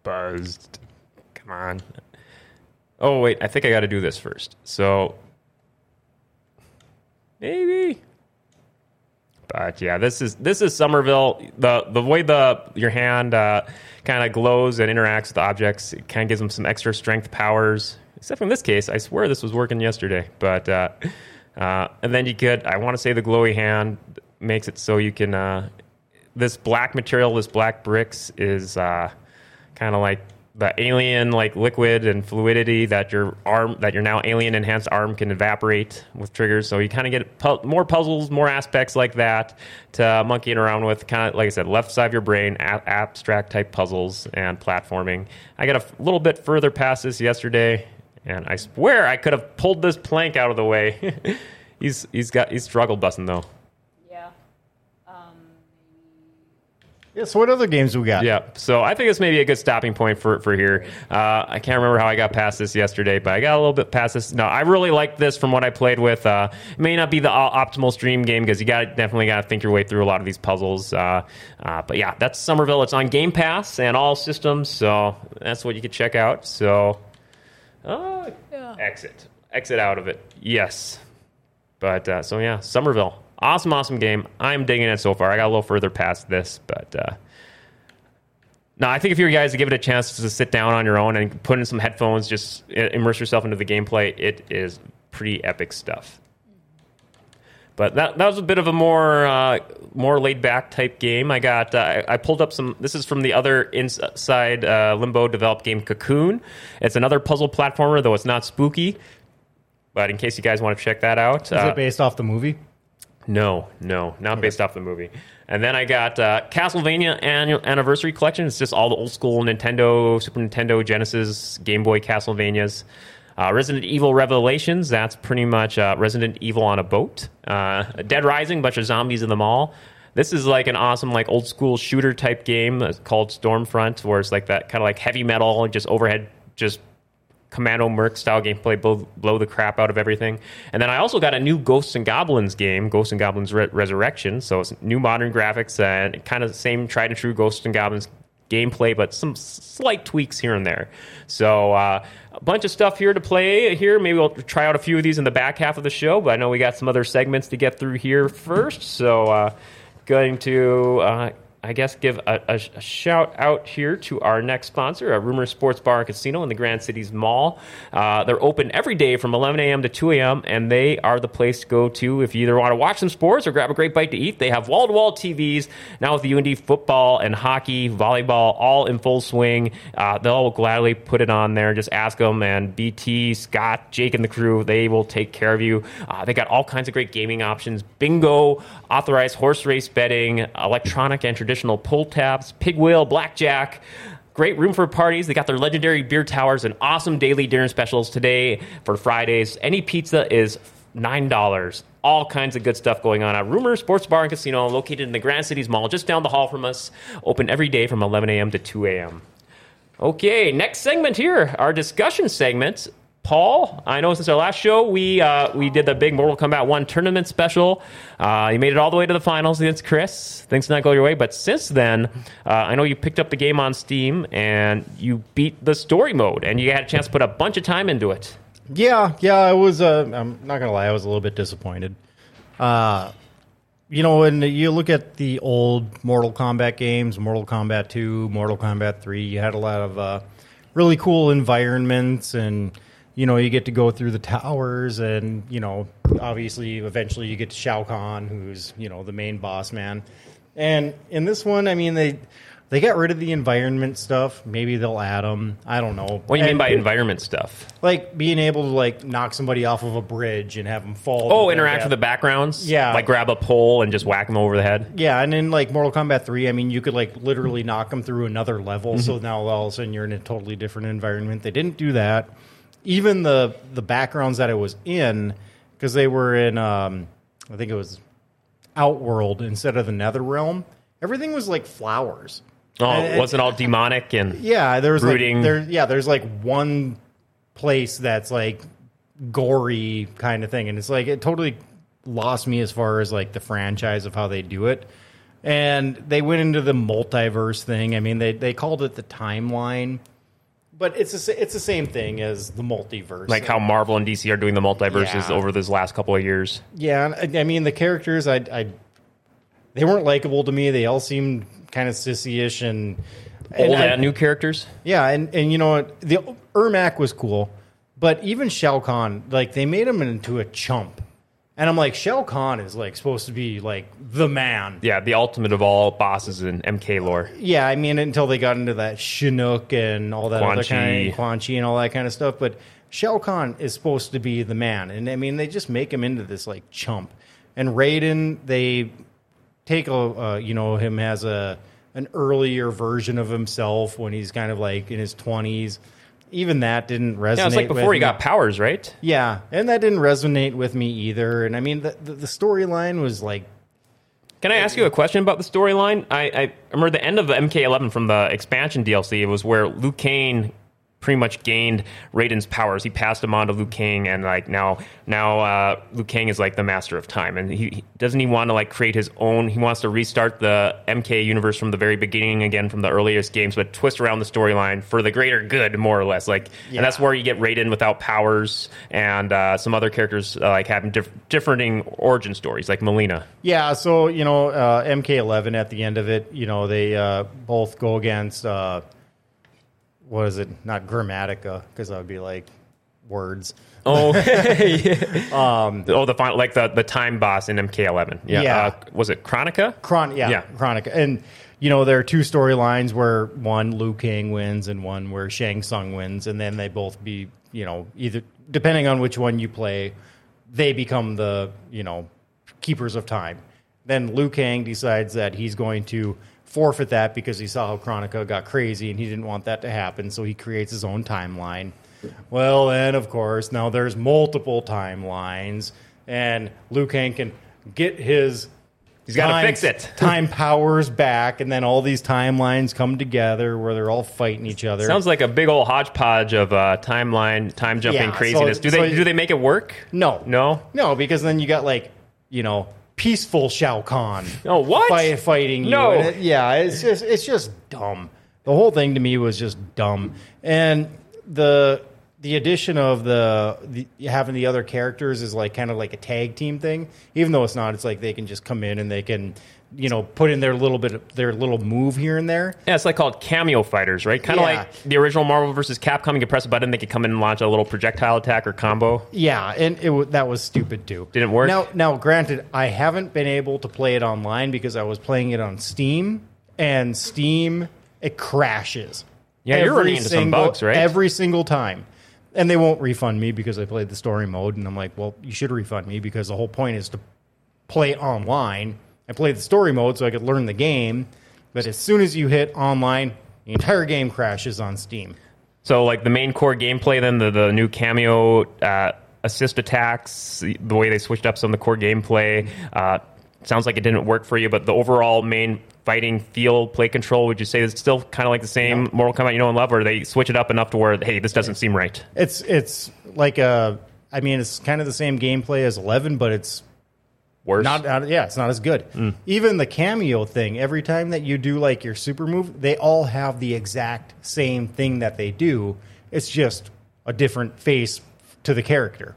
buzzed. Come on. Oh wait, I think I got to do this first. So maybe. But yeah, this is this is Somerville. the The way the your hand uh, kind of glows and interacts with objects, it kind of gives them some extra strength powers. Except in this case, I swear this was working yesterday. But uh, uh, and then you could, I want to say, the glowy hand makes it so you can uh, this black material, this black bricks, is uh, kind of like the alien like liquid and fluidity that your arm that your now alien enhanced arm can evaporate with triggers. So you kind of get pu- more puzzles, more aspects like that to uh, monkeying around with. Kind of like I said, left side of your brain, a- abstract type puzzles and platforming. I got a f- little bit further past this yesterday, and I swear I could have pulled this plank out of the way. he's he's got he's struggle busting though. Yeah. Yeah, so what other games we got? Yeah. So I think it's maybe a good stopping point for for here. Uh, I can't remember how I got past this yesterday, but I got a little bit past this. No, I really like this from what I played with. Uh, it may not be the o- optimal stream game because you got definitely got to think your way through a lot of these puzzles. Uh, uh, but yeah, that's Somerville. It's on Game Pass and all systems, so that's what you could check out. So uh, exit, exit out of it. Yes. But uh, so yeah, Somerville. Awesome, awesome game. I'm digging it so far. I got a little further past this, but uh, no, I think if you guys give it a chance to sit down on your own and put in some headphones, just i- immerse yourself into the gameplay, it is pretty epic stuff. But that, that was a bit of a more uh, more laid back type game. I got uh, I I pulled up some. This is from the other inside uh, Limbo developed game Cocoon. It's another puzzle platformer, though it's not spooky. But in case you guys want to check that out, Is uh, it based off the movie? no, no, not based off the movie. And then I got uh, Castlevania Annual Anniversary Collection. It's just all the old school Nintendo, Super Nintendo, Genesis, Game Boy Castlevanias. Uh, Resident Evil Revelations. That's pretty much uh, Resident Evil on a boat. Uh, Dead Rising, bunch of zombies in the mall. This is like an awesome, like old school shooter type game that's called Stormfront, where it's like that kind of like heavy metal, just overhead, just Commando Merc style gameplay, blow, blow the crap out of everything. And then I also got a new Ghosts and Goblins game, Ghosts and Goblins Re- Resurrection. So it's new modern graphics and kind of the same tried and true Ghosts and Goblins gameplay, but some s- slight tweaks here and there. So uh, a bunch of stuff here to play here. Maybe we'll try out a few of these in the back half of the show, but I know we got some other segments to get through here first. So uh, going to. Uh, I guess give a, a, a shout out here to our next sponsor, a Rumor Sports Bar and Casino in the Grand Cities Mall. Uh, they're open every day from 11 a.m. to 2 a.m., and they are the place to go to if you either want to watch some sports or grab a great bite to eat. They have wall to wall TVs now with the UND football and hockey, volleyball, all in full swing. Uh, they'll gladly put it on there. Just ask them, and BT, Scott, Jake, and the crew, they will take care of you. Uh, they got all kinds of great gaming options bingo, authorized horse race betting, electronic and traditional pull tabs, pig wheel, blackjack. Great room for parties. They got their legendary beer towers and awesome daily dinner specials today for Fridays. Any pizza is $9. All kinds of good stuff going on at Rumor Sports Bar and Casino, located in the Grand Cities Mall, just down the hall from us. Open every day from 11 a.m. to 2 a.m. Okay, next segment here, our discussion segment. Paul, I know since our last show we uh, we did the big Mortal Kombat One tournament special. Uh, you made it all the way to the finals against Chris. Things did not go your way, but since then, uh, I know you picked up the game on Steam and you beat the story mode, and you had a chance to put a bunch of time into it. Yeah, yeah, I was. Uh, I'm not gonna lie, I was a little bit disappointed. Uh, you know, when you look at the old Mortal Kombat games, Mortal Kombat 2, Mortal Kombat 3, you had a lot of uh, really cool environments and you know, you get to go through the towers and, you know, obviously eventually you get to Shao Kahn who's, you know, the main boss man. And in this one, I mean, they they got rid of the environment stuff. Maybe they'll add them. I don't know. What do you mean And- by environment stuff? like being able to like knock somebody off of a bridge and have them fall? to Oh, their interact death. with the backgrounds. Yeah. like grab a pole and just whack them over the head. Yeah, and in like Mortal Kombat 3, I mean, you could like literally knock them through another level. So Mm-hmm. now all of a sudden you're in a totally different environment. They didn't do that. Even the the backgrounds that it was in, because they were in, um, I think it was Outworld instead of the Nether Realm. Everything was like flowers. Oh, And- it wasn't all demonic and Uh, Yeah, there was Brooding. like there. Yeah, there's like one place that's like gory kind of thing, and it's like it totally lost me as far as like the franchise of how they do it. And they went into the multiverse thing. I mean, they they called it the timeline, but it's the sa- it's the same thing as the multiverse. like how Marvel and DC are doing the multiverses Yeah. over this last couple of years. yeah, and I, I mean the characters, I, I they weren't likable to me. They all seemed kind of sissy-ish and. and Old I- and new characters. Yeah, and, and you know what? The Ermac was cool, but even Shao Kahn, like they made him into a chump. And I'm like, Shao Kahn is like supposed to be like the man. Yeah, the ultimate of all bosses in MK lore. Yeah, I mean, until they got into that Chinook and all that Quan other kind Chi. of Quan Chi and all that kind of stuff. But Shao Kahn is supposed to be the man. And I mean, they just make him into this like chump. And Raiden, they take a, uh, you know, him as a, an earlier version of himself when he's kind of like in his 20s. Even that didn't resonate. Yeah, it's like with before he me. got powers, right? Yeah, and that didn't resonate with me either. And I mean, the, the, the storyline was like Can I ask you a question about the storyline? I, I remember the end of MK11 from the expansion DLC. It was where Liu Kang pretty much gained Raiden's powers. He passed him on to Liu Kang, and like now, now uh, Liu Kang is like the master of time. And he, he doesn't he want to like create his own. He wants to restart the MK universe from the very beginning again, from the earliest games, but twist around the storyline for the greater good, more or less. Like, and that's Yeah. where you get Raiden without powers, and uh, some other characters uh, like having diff- differing origin stories, like Melina. Yeah, so you know, uh, MK11 at the end of it, you know, they uh, both go against uh, what is it? Not Grammatica, because that would be like words. Oh, um, oh, the final, like the, the time boss in MK11. Yeah, Yeah. Uh, was it Chronica? Chron, yeah, Yeah. Chronica, and you know, there are two storylines where one Liu King wins and one where Shang Tsung wins, and then they both be, you know, either depending on which one you play, they become the you know keepers of time. Then Liu Kang decides that he's going to forfeit that because he saw how Chronica got crazy and he didn't want that to happen, so he creates his own timeline. Well, then of course now there's multiple timelines, and Liu Kang can get his He's gotta time- fix it. time powers back, and then all these timelines come together where they're all fighting each other. Sounds like a big old hodgepodge of uh, timeline, time jumping Yeah, so- craziness. do they so- do they make it work? no, No. no, because then you got like you know peaceful Shao Kahn. Oh, what? Fight, fighting you. No. and it- yeah, it's just it's just dumb. The whole thing to me was just dumb, and the the addition of the, the having the other characters is like kind of like a tag team thing. Even though it's not, it's like they can just come in and they can you know put in their little bit of their little move here and there. Yeah, it's like called cameo fighters, right? Kind of Yeah. like the original Marvel versus Capcom. You could press a button, they could come in and launch a little projectile attack or combo. Yeah, and it wa- that was stupid too. Didn't work? Now, now, granted, I haven't been able to play it online because I was playing it on Steam, and Steam it crashes. Yeah, you're running into some bugs, right? Every single time, and they won't refund me because I played the story mode, and I'm like, well, you should refund me because the whole point is to play online. I played the story mode so I could learn the game, but as soon as you hit online, the entire game crashes on Steam. So like the main core gameplay, then the the new cameo uh, assist attacks, the way they switched up some of the core gameplay. Uh, sounds like it didn't work for you, but the overall main fighting feel, play control, would you say is still kind of like the same Mortal Kombat you know and love, or they switch it up enough to where hey, this doesn't seem right? It's it's like a. I mean, it's kind of the same gameplay as Eleven, but it's Worse. not. not- yeah, it's not as good. Even the cameo thing. Every time that you do like your super move, they all have the exact same thing that they do. It's just a different face to the character.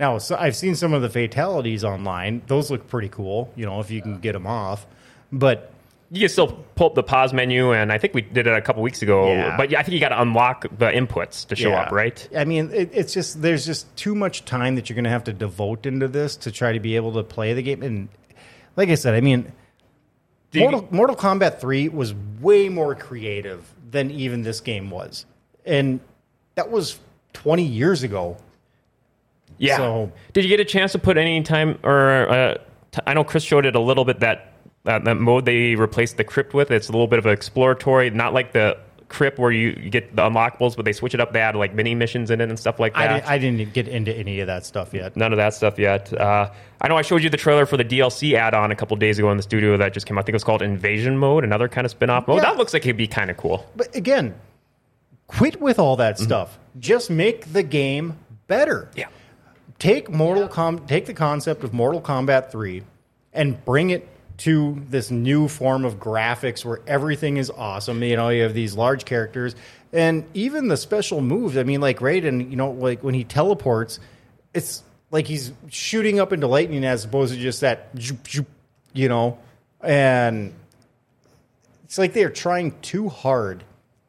Now, so I've seen some of the fatalities online. Those look pretty cool, you know, if you can get them off. But You can still pull up the pause menu, and I think we did it a couple weeks ago. Yeah. But yeah, I think you got to unlock the inputs to show Yeah. up, right? I mean, it, it's just there's just too much time that you're going to have to devote into this to try to be able to play the game. And like I said, I mean, Do you- Mortal, Mortal Kombat 3 was way more creative than even this game was. And that was 20 years ago. Yeah. So- did you get a chance to put any time or uh, t- I know Chris showed it a little bit that uh, that mode they replaced the crypt with. It's a little bit of an exploratory, not like the crypt where you you get the unlockables, but they switch it up. They add like mini missions in it and stuff like I, that. di- I didn't get into any of that stuff yet. None of that stuff yet. Uh, I know I showed you the trailer for the DLC add-on a couple days ago in the studio that just came out. I think it was called Invasion Mode, another kind of spin-off mode. Yeah. That looks like it'd be kind of cool. But again, quit with all that stuff. Just make the game better. Mm-hmm. Yeah. Take Mortal Com- take the concept of Mortal Kombat 3 and bring it to this new form of graphics where everything is awesome. You know, you have these large characters and even the special moves. I mean, like Raiden, you know, like when he teleports, it's like he's shooting up into lightning as opposed to just that, zoop, zoop, you know, and it's like they're trying too hard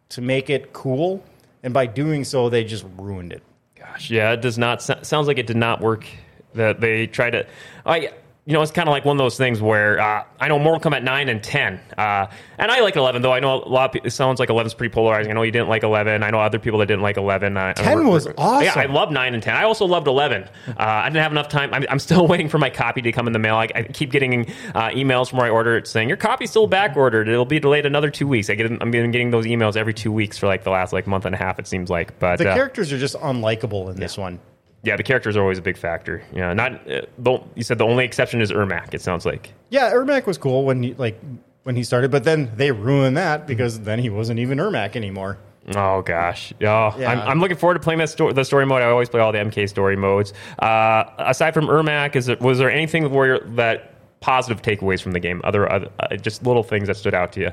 to make it cool, and by doing so, they just ruined it. Gosh, yeah, it does not so- sounds like it did not work. That they tried to, I you know, it's kind of like one of those things where uh, I know Mortal Kombat nine and ten, uh, and I like eleven though. I know a lot. of people, It sounds like eleven's pretty polarizing. I know you didn't like eleven. I know other people that didn't like eleven. uh, I, 10 was awesome. Yeah, I love nine and ten. I also loved eleven. Uh, I didn't have enough time. I'm, I'm still waiting for my copy to come in the mail. I, I keep getting uh, emails from where I order it saying your copy's still back ordered. It'll be delayed another two weeks. I get I'm been getting those emails every two weeks for like the last like month and a half. It seems like, but The uh, characters are just unlikable in this one. yeah, the characters are always a big factor. Yeah, not uh, the, you said the only exception is Ermac. It sounds like Yeah, Ermac was cool when he, like when he started, but then they ruined that because then he wasn't even Ermac anymore. oh gosh, oh, I'm, Yeah. I'm looking forward to playing that sto- the story mode. I always play all the MK story modes. Uh, aside from Ermac, is it, was there anything where you're- that positive takeaways from the game? Other, other uh, just little things that stood out to you?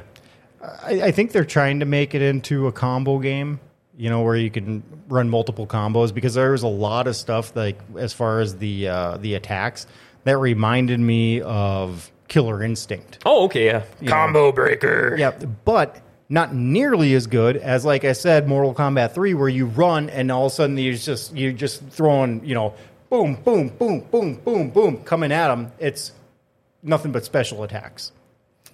I, I think they're trying to make it into a combo game, you know, where you can run multiple combos because there was a lot of stuff like as far as the uh, the attacks that reminded me of Killer Instinct. Oh, okay, yeah, combo breaker. Yeah, but not nearly as good as like I said, Mortal Kombat Three, where you run and all of a sudden you just you're just throwing you know boom boom boom boom boom boom coming at them. It's nothing but special attacks.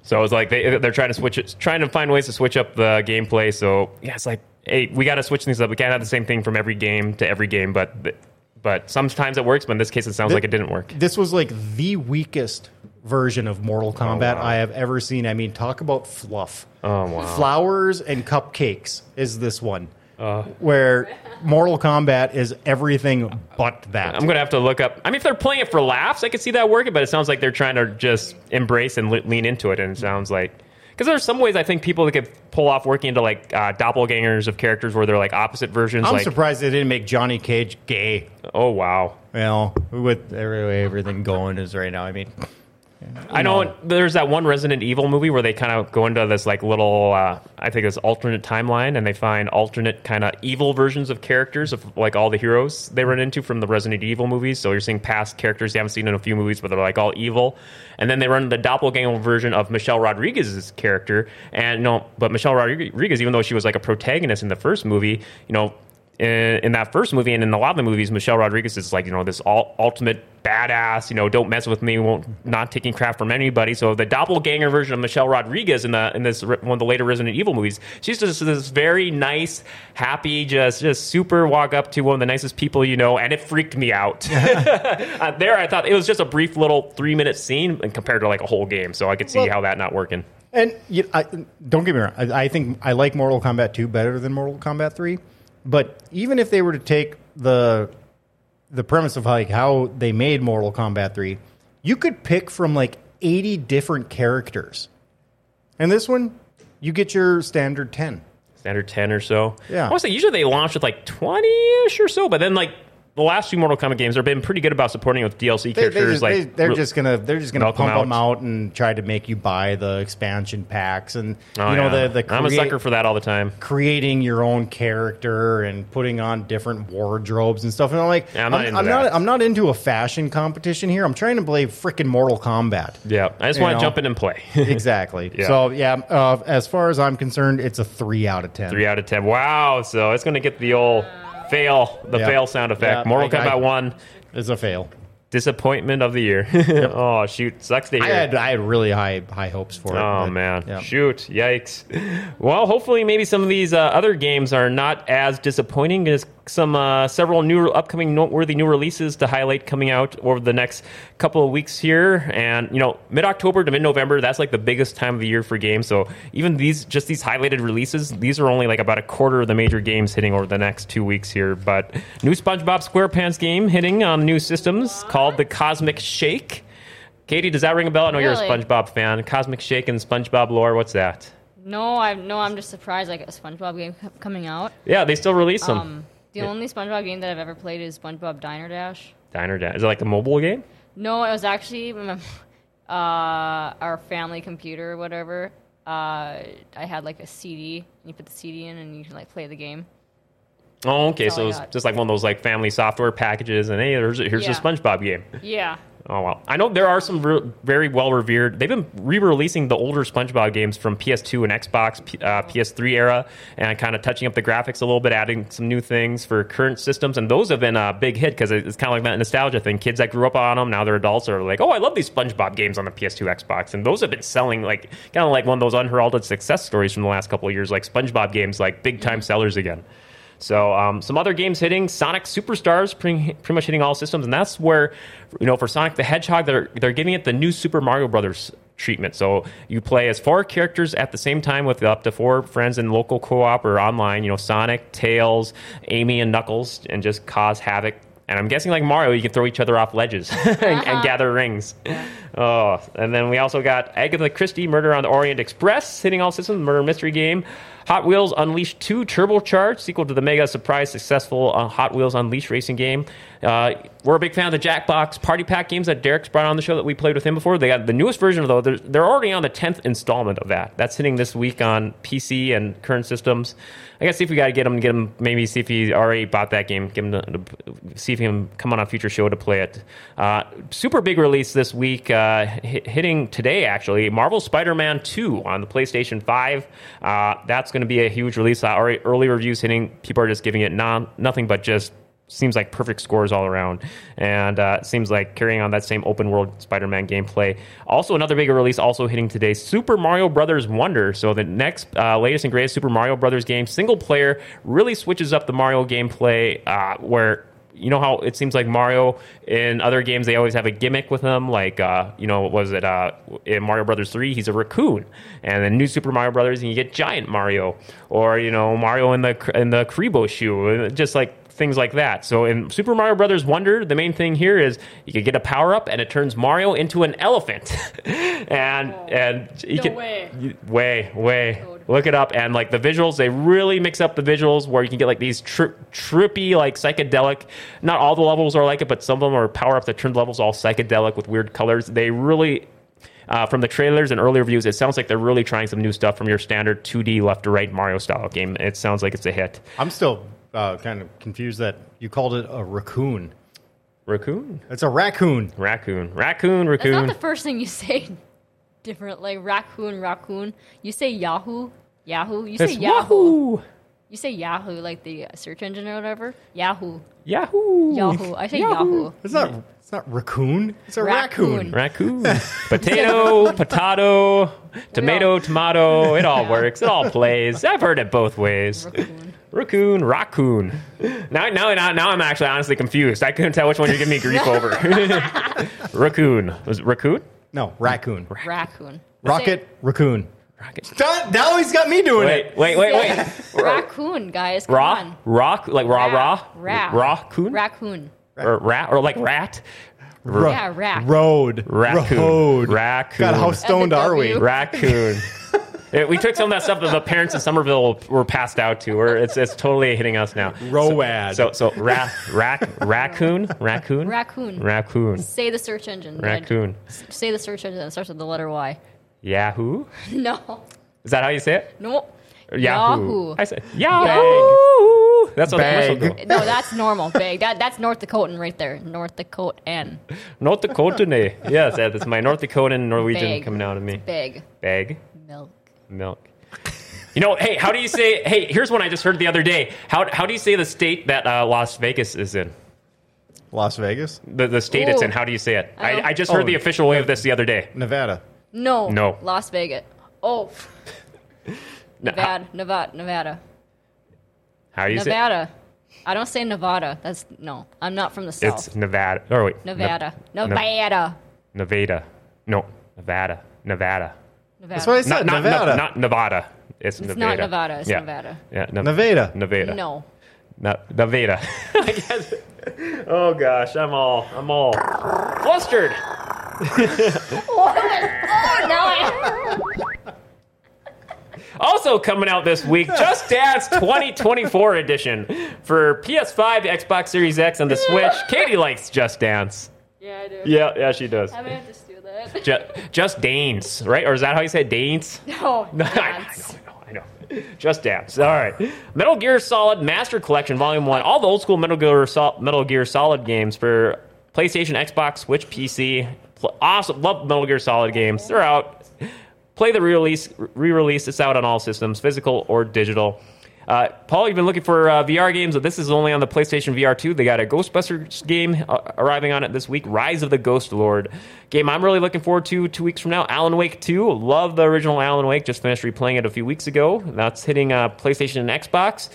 So it's like they, they're trying to switch it, trying to find ways to switch up the gameplay. So yeah, it's like, hey, we got to switch things up. We can't have the same thing from every game to every game. But but sometimes it works, but in this case, it sounds like it didn't work. This was like the weakest version of Mortal Kombat Oh, wow. I have ever seen. I mean, talk about fluff. Oh, wow. Flowers and cupcakes is this one. Uh. where Mortal Kombat is everything but that. I'm gonna have to look up. I mean, if they're playing it for laughs, I could see that working. But it sounds like they're trying to just embrace and le- lean into it. And it sounds like because there's some ways I think people that could pull off working into like uh, doppelgangers of characters where they're like opposite versions. I'm like, surprised they didn't make Johnny Cage gay. oh wow, Well, with every way everything going is right now, I mean, I know there's that one Resident Evil movie where they kind of go into this like little, uh, I think it's alternate timeline, and they find alternate kind of evil versions of characters of like all the heroes they run into from the Resident Evil movies. So you're seeing past characters you haven't seen in a few movies, but they're like all evil, and then they run the doppelganger version of Michelle Rodriguez's character. And no, but Michelle Rodriguez, even though she was like a protagonist in the first movie, you know, in, in that first movie and in a lot of the movies, Michelle Rodriguez is like you know this all, ultimate badass. You know, don't mess with me. Won't not taking crap from anybody. So the doppelganger version of Michelle Rodriguez in the in this re- one of the later Resident Evil movies, she's just this very nice, happy, just just super walk up to one of the nicest people you know, and it freaked me out. Uh, there, I thought it was just a brief little three minute scene and compared to like a whole game. So I could see Well- how that not working. and you, I, don't get me wrong, I, I think I like Mortal Kombat 2 better than Mortal Kombat 3, but even if they were to take the the premise of like how they made Mortal Kombat 3, you could pick from like 80 different characters. And this one, you get your standard 10. standard 10 or so. Yeah. I want to say usually they launch with like 20 ish or so, but then like the last two Mortal Kombat games have been pretty good about supporting with DLC They, they characters. just, like they, are re- just gonna they're just gonna milk 'em pump them out. out and try to make you buy the expansion packs and Oh, you know yeah. the the I'm a create- sucker for that all the time. creating your own character and putting on different wardrobes and stuff. And I'm like, Yeah, I'm not into I'm not, that. I'm not into a fashion competition here. I'm trying to play freaking Mortal Kombat. Yeah, I just You want know. to jump in and play. exactly. Yeah. So yeah, uh, as far as I'm concerned, it's a three out of ten. Three out of ten. Wow. So it's going to get the old fail, the Yeah. fail sound effect. Yeah, Mortal I- I- Kombat One, It's a fail. disappointment of the year. oh shoot, sucks to hear. I had I had really high high hopes for it. Oh but, man! yeah. Shoot! Yikes! Well, hopefully, maybe some of these uh, other games are not as disappointing as some uh, several new upcoming noteworthy new releases to highlight coming out over the next couple of weeks here. And you know, mid October to mid November, that's like the biggest time of the year for games. So even these, just these highlighted releases, these are only like about a quarter of the major games hitting over the next two weeks here. But new SpongeBob SquarePants game hitting on new systems called the Cosmic Shake. Katie, does that ring a bell? I know you're a Really? SpongeBob fan. Cosmic Shake and SpongeBob lore. What's that? No, I'm no, I'm just surprised like a SpongeBob game c- coming out. Yeah, they still release them. Um, the only SpongeBob game that I've ever played is SpongeBob Diner Dash. Diner Dash. Is it like a mobile game? No, it was actually mm, uh, our family computer, or whatever. Uh, I had like a CD, and you put the CD in, and you can like play the game. Oh, okay. That's all So I it's got. just like one of those like family software packages, and hey, there's, here's Yeah. a SpongeBob game. Yeah, Oh wow! I know there are some re- very well revered. They've been re-releasing the older SpongeBob games from PS2 and Xbox, P- uh, PS3 era, and kind of touching up the graphics a little bit, adding some new things for current systems. And those have been a big hit because it's kind of like that nostalgia thing. Kids that grew up on them now they're adults are like, oh, I love these SpongeBob games on the PS2, Xbox, and those have been selling like kind of like one of those unheralded success stories from the last couple of years, like SpongeBob games, like big time sellers again. So um, some other games hitting Sonic Superstars, pretty, pretty much hitting all systems, and that's where you know for Sonic the Hedgehog they're they're giving it the new Super Mario Brothers treatment. So you play as four characters at the same time with up to four friends in local co-op or online. You know Sonic, Tails, Amy, and Knuckles, and just cause havoc. And I'm guessing like Mario, you can throw each other off ledges and, and gather rings. Oh, and then we also got Agatha Christie, Murder on the Orient Express, hitting all systems, murder mystery game. Hot Wheels Unleashed 2 Turbocharged, sequel to the mega surprise successful uh, Hot Wheels Unleashed racing game. Uh, we're a big fan of the Jackbox Party Pack games that Derek's brought on the show that we played with him before. They got the newest version, though. They're, they're already on the 10th installment of that. That's hitting this week on PC and current systems. I guess see if we got to get him, get him, maybe see if he already bought that game, give him the, the, see if he can come on a future show to play it. Uh, super big release this week, uh, hit, hitting today actually. Marvel Spider-Man 2 on the PlayStation 5. Uh, that's going to be a huge release. Uh, already early reviews hitting. People are just giving it non nothing but just seems like perfect scores all around, and uh, it seems like carrying on that same open world Spider-Man gameplay. Also, another big release also hitting today: Super Mario Brothers Wonder. So the next uh, latest and greatest Super Mario Brothers game, single player, really switches up the Mario gameplay uh, where you know how it seems like Mario in other games they always have a gimmick with him, like uh, you know, what was it uh, in Mario Brothers three? He's a raccoon, and then New Super Mario Brothers, and you get Giant Mario, or you know, Mario in the in the Kribo shoe, just like things like that. So in Super Mario Brothers Wonder, the main thing here is you can get a power up, and it turns Mario into an elephant, and and you No can way. you- way way Code. look it up and like the visuals they really mix up the visuals where you can get like these tri- trippy like psychedelic not all the levels are like it but some of them are power up the turned levels all psychedelic with weird colors they really uh, from the trailers and early reviews, it sounds like they're really trying some new stuff from your standard 2D left to right Mario style game. It sounds like it's a hit. I'm still uh, kind of confused that you called it a raccoon. Raccoon, It's a raccoon. raccoon, raccoon, that's raccoon. not the first thing you say. Different like raccoon, raccoon. You say Yahoo, Yahoo. You say It's Yahoo. Wahoo! You say Yahoo, like the uh, search engine or whatever. Yahoo, Yahoo! Yahoo. I say Yahoo. It's not. It's not raccoon. It's a Raccoon. raccoon. Raccoon, potato, potato, tomato, tomato. It all Yeah. works. It all plays. I've heard it both ways. Raccoon. Raccoon, raccoon. Now, now, now, now I'm actually honestly confused. I couldn't tell which one you're giving me grief over. raccoon. Was it raccoon? No, raccoon. Raccoon. Rocket raccoon. Rocket. Now, now he's got me doing it. Wait, wait, wait, wait. Say- Raccoon, guys. Come Raw? on. Rock? Like raw, raw? Ra- Raccoon? Raccoon. Or rat? Or like rat? Ra- Yeah, rack. Road. Raccoon. Road. Raccoon. God, how stoned are we? W. Raccoon. It- we took some of that stuff that the parents in Somerville were passed out to. Or it's it's totally hitting us now. Road. So so ra- rac- raccoon raccoon Raccoon. raccoon Say the search engine. raccoon Say the search engine that starts with the letter Y. Yahoo. No. Is that how you say it? No. Yahoo. Yahoo. I said Yahoo. That's what the Bag. commercial goes. No, that's normal. Big. That that's North Dakotan right there. North Dakotan. North Dakotan. eh? Yes, that- that's my North Dakotan Norwegian Bag. coming out of me. Big. Bag Milk. milk. You know, hey, how do you say? Hey, here's one I just heard the other day. How how do you say the state that uh, Las Vegas is in? Las Vegas, The the state it's Ooh. in. How do you say it? I don't- I, I just heard Oh. the official way of this the other day. Nevada. No. No. Las Vegas. Oh. No, how- Nevada. Nevada. Nevada. How, do you say? Nevada. I don't say Nevada. That's no. I'm not from the It? south. It's Nevada. Or wait, Ne- Nevada. Ne- Nevada. Nevada. No, Nevada. Nevada. Nevada. That's what I said. not Nevada. Not, not Nevada. It's, It's Nevada. not Nevada, it's yeah. Nevada. Yeah. Ne- Nevada. Nevada. No. No, Nevada. I guess. Oh gosh, I'm all I'm all flustered. Oh, now I- Also coming out this week, Just Dance 2024 edition for PS5, Xbox Series X, and the Switch. Katie likes Just Dance. Yeah, I do. Yeah, yeah, she does. I may have to steal that. Ju- just Danes, right? Or is that how you say it? Danes? No. No, I, I know, I know, I know. Just dance. All right. Metal Gear Solid Master Collection Volume 1. All the old school Metal Gear, Sol- Metal Gear Solid games for PlayStation, Xbox, Switch, PC. Pl- Awesome. Love Metal Gear Solid games. They're out. Play the re-release. Re-release. It's out on all systems, physical or digital. Uh, Paul, you've been looking for uh, VR games, but this is only on the PlayStation VR 2. They got a Ghostbusters game uh, arriving on it this week, Rise of the Ghost Lord. Game I'm really looking forward to two weeks from now, Alan Wake 2. Love the original Alan Wake, just finished replaying it a few weeks ago. That's hitting uh, PlayStation and Xbox.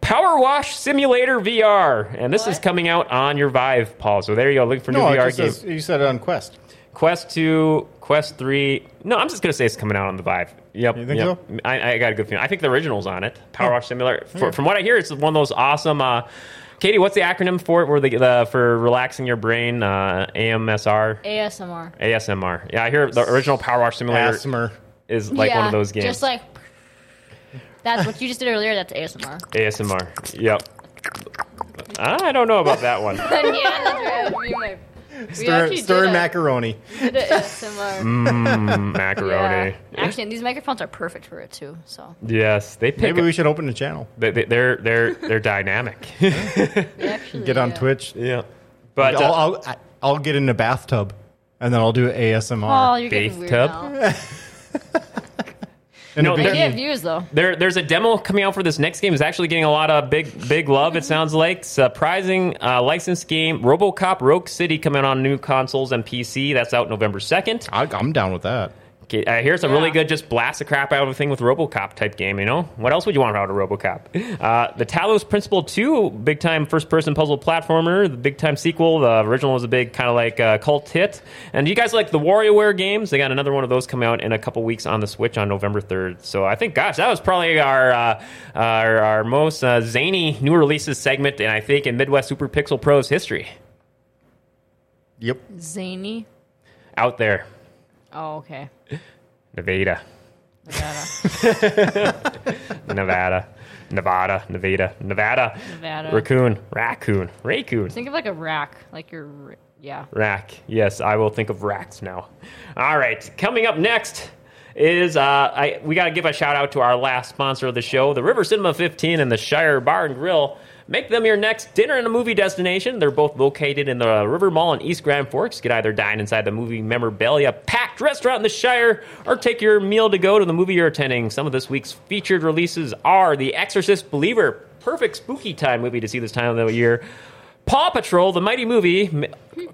Power Wash Simulator VR, and this is What? coming out on your Vive, Paul. So there you go, looking for new No, it VR just games. says- you said it on Quest. Quest two, Quest three. No, I'm just gonna say it's coming out on the Vive. Yep. You think yep. so? I, I got a good feeling. I think the original's on it. Power Wash Simulator. For, From what I hear, it's one of those awesome. Uh, Katie, what's the acronym for it? Where the, the for relaxing your brain? Uh, AMSR. ASMR. ASMR. Yeah, I hear the original Power Wash Simulator Asthma. is like one of those games. Just like that's what you just did earlier. That's ASMR. ASMR. Yep. I don't know about that one. yeah, that's right. We, might- we Stir, actually stir did a- macaroni. did a ASMR. Mm, Macaroni. Yeah. Actually, and these microphones are perfect for it too. So Yes, they pick. Maybe we should open a channel. they, they- they're they're they're dynamic. we actually Get on yeah. Twitch. yeah. But uh, I'll, I'll, I- I'll get in a bathtub and then I'll do Oh, ASMR. you're getting weird Bathtub? now. in a no, They there- get bikini. views though. There, there's a demo coming out for this next game. It's actually getting a lot of big, big love. It sounds like surprising uh, licensed game RoboCop Rogue City coming on new consoles and PC. That's out November second. I, I'm down with that. Okay, uh, here's a Yeah. really good, just blast the crap out of a thing with RoboCop type game. You know, what else would you want out of RoboCop? Uh, the Talos Principle Two, big time first person puzzle platformer, the big time sequel. The original was a big kind of like uh, cult hit. And you guys like the WarioWare games? They got another one of those coming out in a couple weeks on the Switch on November third. So I think, gosh, that was probably our uh, our, our most uh, zany new releases segment, and I think in Midwest Super Pixel Pro's history Yep. Zany. out there, Oh, okay. Nevada. Nevada. Nevada, Nevada, Nevada, Nevada, Nevada. raccoon, raccoon, raccoon, Think of like a rack, like your r- yeah. rack. Yes, I will think of racks now. All right, coming up next is uh, I, we got to give a shout out to our last sponsor of the show, the River Cinema 15 and the Shire Bar and Grill. Make them your next dinner and a movie destination. They're both located in the River Mall in East Grand Forks. Get either dine inside the movie memorabilia packed restaurant in the Shire or take your meal to go to the movie you're attending. Some of this week's featured releases are The Exorcist Believer, perfect spooky time movie to see this time of the year. Paw Patrol, the mighty movie, m-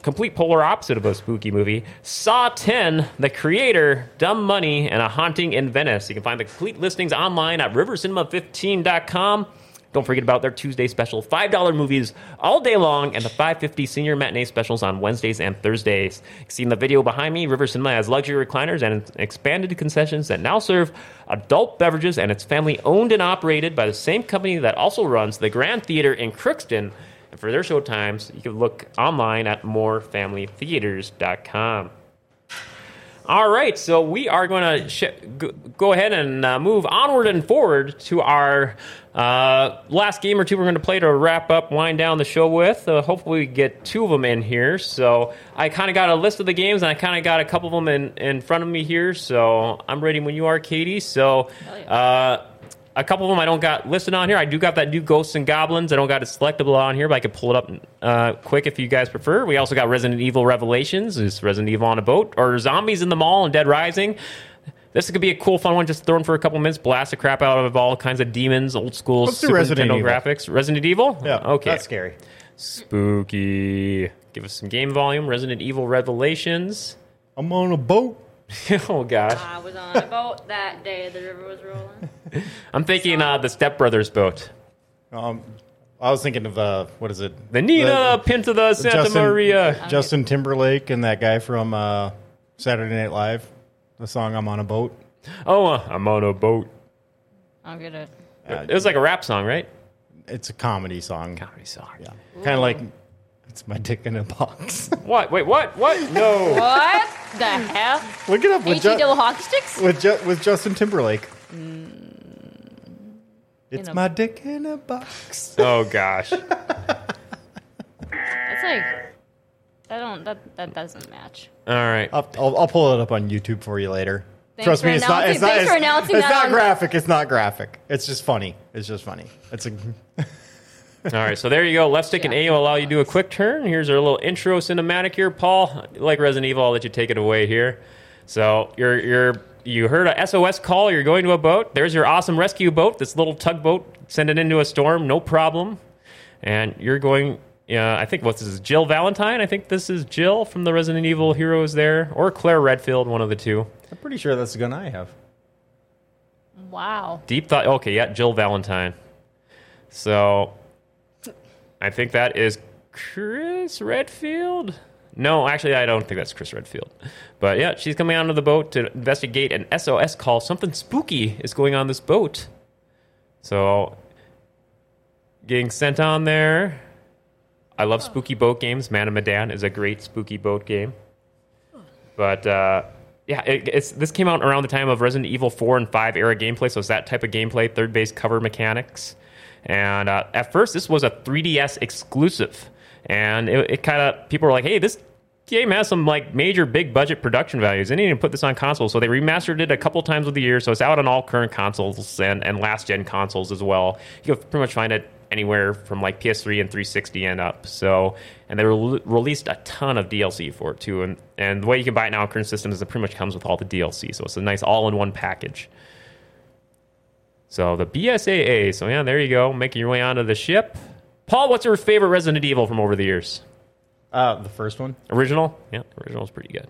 complete polar opposite of a spooky movie. Saw 10, The Creator, Dumb Money, and A Haunting in Venice. You can find the complete listings online at rivercinema15.com. Don't forget about their Tuesday special, $5 movies all day long, and the 550 senior matinee specials on Wednesdays and Thursdays. You can see in the video behind me, River Cinema has luxury recliners and expanded concessions that now serve adult beverages, and it's family owned and operated by the same company that also runs the Grand Theater in Crookston. And for their show times, you can look online at morefamilytheaters.com. All right, so we are going to sh- go- go ahead and uh, move onward and forward to our uh, last game or two we're going to play to wrap up, wind down the show with. Uh, hopefully, we get two of them in here. So I kind of got a list of the games, and I kind of got a couple of them in, in front of me here. So I'm ready when you are, Katie. So. Hell yeah. Uh, a couple of them I don't got listed on here. I do got that new Ghosts and Goblins. I don't got it selectable on here, but I can pull it up uh, quick if you guys prefer. We also got Resident Evil Revelations. It's Resident Evil on a boat or Zombies in the Mall and Dead Rising. This could be a cool, fun one. Just thrown for a couple minutes, blast the crap out of all kinds of demons, old school Let's do Super Resident Nintendo Evil. graphics. Resident Evil. Yeah. Okay. That's scary. Spooky. Give us some game volume. Resident Evil Revelations. I'm on a boat. oh gosh. I was on a boat that day. The river was rolling. I'm thinking uh, the Step Brothers boat. Um, I was thinking of uh, what is it? The Nina Pinta the Santa Justin- Maria. Justin Timberlake and that guy from uh, Saturday Night Live. The song "I'm on a boat." Oh, uh, I'm on a boat. I don't get it. it was like a rap song, right? It's a comedy song, Comedy song. Yeah. kind of like "It's My Dick in a Box." What? Wait, what? What? No. What the hell? Look it up with, H Ju- E double hockey sticks? with, Ju- with Justin Timberlake. It's Mm, In a- my dick in a box. oh gosh. It's like I don't that that doesn't match. All right. I'll, I'll, I'll pull it up on YouTube for you later. Thanks Trust for me, it's not. announcing- It's not. thanks It's, for announcing it's that not on- graphic. It's not graphic. It's just funny. It's just funny. It's a. All right. So there you go. Left stick and A will allow you to do a quick turn. Here's our little intro cinematic here, Paul. Like Resident Evil, I'll let you take it away here. So you're you're you heard a SOS call. You're going to a boat. There's your awesome rescue boat. This little tugboat send it into a storm, no problem. And you're going. Yeah, I think what's this? Jill Valentine. I think this is Jill from the Resident Evil Heroes there, or Claire Redfield, one of the two. I'm pretty sure that's the gun I have. Wow. Deep thought. Okay, yeah, Jill Valentine. So, I think that is Chris Redfield. No, actually, I don't think that's Chris Redfield. But yeah, she's coming onto the boat to investigate an SOS call. Something spooky is going on this boat. So, getting sent on there. I love spooky boat games. Man of Medan is a great spooky boat game. But uh, yeah, it, it's this came out around the time of Resident Evil Four and Five era gameplay, so it's that type of gameplay, third base cover mechanics. And uh, at first, this was a 3DS exclusive, and it, it kind of people were like, "Hey, this." Game has some like major big budget production values. They didn't even put this on consoles, so they remastered it a couple times of the year. So it's out on all current consoles and, and last gen consoles as well. You can pretty much find it anywhere from like PS3 and 360 and up. So, and they re- released a ton of DLC for it too. And and the way you can buy it now on current systems is it pretty much comes with all the DLC. So it's a nice all-in-one package. So the BSAA. So yeah, there you go, making your way onto the ship. Paul, what's your favorite Resident Evil from over the years? Uh, the first one. Original? Yeah, original's pretty good.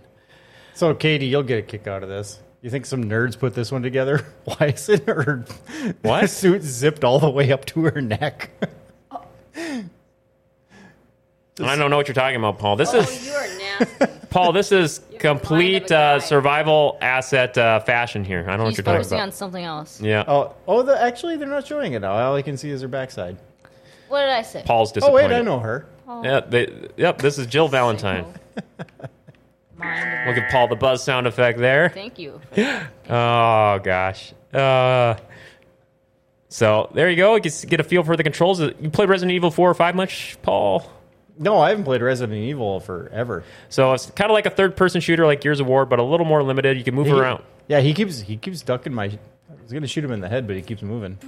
So, Katie, you'll get a kick out of this. You think some nerds put this one together? Why is it her What? suit zipped all the way up to her neck? I don't know what you're talking about, Paul. This is Oh, you are nasty. Paul. This is mind complete of a guy. uh, survival asset uh, fashion here. I don't know what He's you're talking focusing about. on something else. Yeah, Oh, oh! The, actually, they're not showing it now. All I can see is her backside. What did I say? Paul's Oh disappointed. wait, I know her. Yeah, they, yep, this is Jill Valentine. Mind We'll give Paul the buzz sound effect there. Thank you. for that. Oh, gosh. Uh, so there you go. You Get, get a feel for the controls. Uh, You played Resident Evil 4 or 5 much, Paul? No, I haven't played Resident Evil forever. So it's kind of like a third person shooter like Gears of War, but a little more limited. You can move He- around. Yeah, he keeps he keeps ducking my. I was gonna shoot him in the head, but he keeps moving.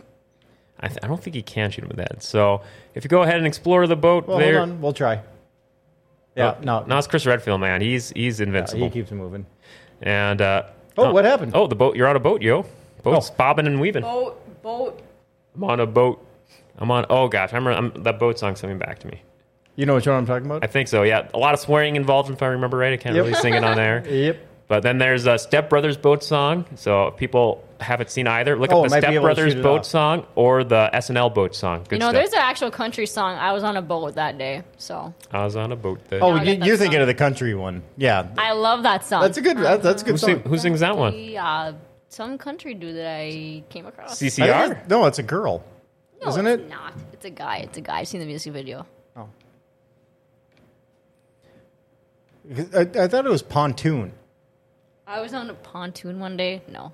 I, th- I don't think you can shoot him with that. So if you go ahead and explore the boat Well, there. hold on, we'll try. Yeah, Oh, no, No, it's Chris Redfield, man. He's he's invincible. he keeps moving. and uh, Oh, what happened? Oh, the boat. You're on a boat, yo. Boat's Oh. bobbing and weaving. Boat, boat. I'm on a boat. I'm on. Oh gosh, I'm, I'm that boat song's coming back to me. You know which one I'm talking about? I think so. Yeah, a lot of swearing involved, if I remember right. I can't Yep. really sing it on there. yep. But then there's a Step Brothers boat song. So if people haven't seen either. Look Oh, up it the might be Step able to Brothers shoot it boat off. song or the SNL boat song. Good You know, stuff. there's an actual country song. I was on a boat that day, so I was on a boat. That, Oh, I you, got that you're thinking song. of the country one? Yeah, I love that song. that's a good. That, that's a who, good sing, song. who sings that one? Yeah, uh, some country dude that I came across. I think CCR. it- no, it's a girl. no, isn't it's it? Not. It's a guy. It's a guy. I've seen the music video. Oh. I, I thought it was pontoon. I was on a pontoon one day. No.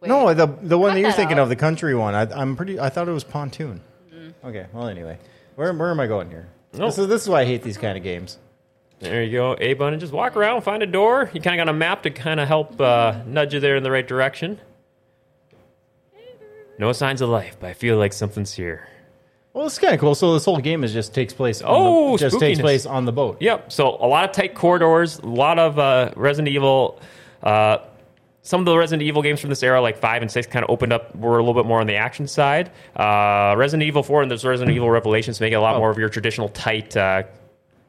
Wait. No, the the one Cut that you're that thinking out. of, the country one. I, I'm pretty. I thought it was pontoon. Mm-hmm. Okay. Well, anyway, where where am I going here? No. This is this is why I hate these kind of games. There you go, A button. Just walk around, find a door. You kind of got a map to kind of help uh, nudge you there in the right direction. No signs of life, but I feel like something's here. Well, it's kind of cool. So this whole game is just takes place. On Oh, the, just takes spookiness. place on the boat. Yep. So a lot of tight corridors, a lot of uh, Resident Evil. Uh, some of the Resident Evil games from this era, like five and six, kind of opened up. Were a little bit more on the action side. Uh, Resident Evil four and there's Resident Evil Revelations make it a Oh. lot more of your traditional tight. Uh,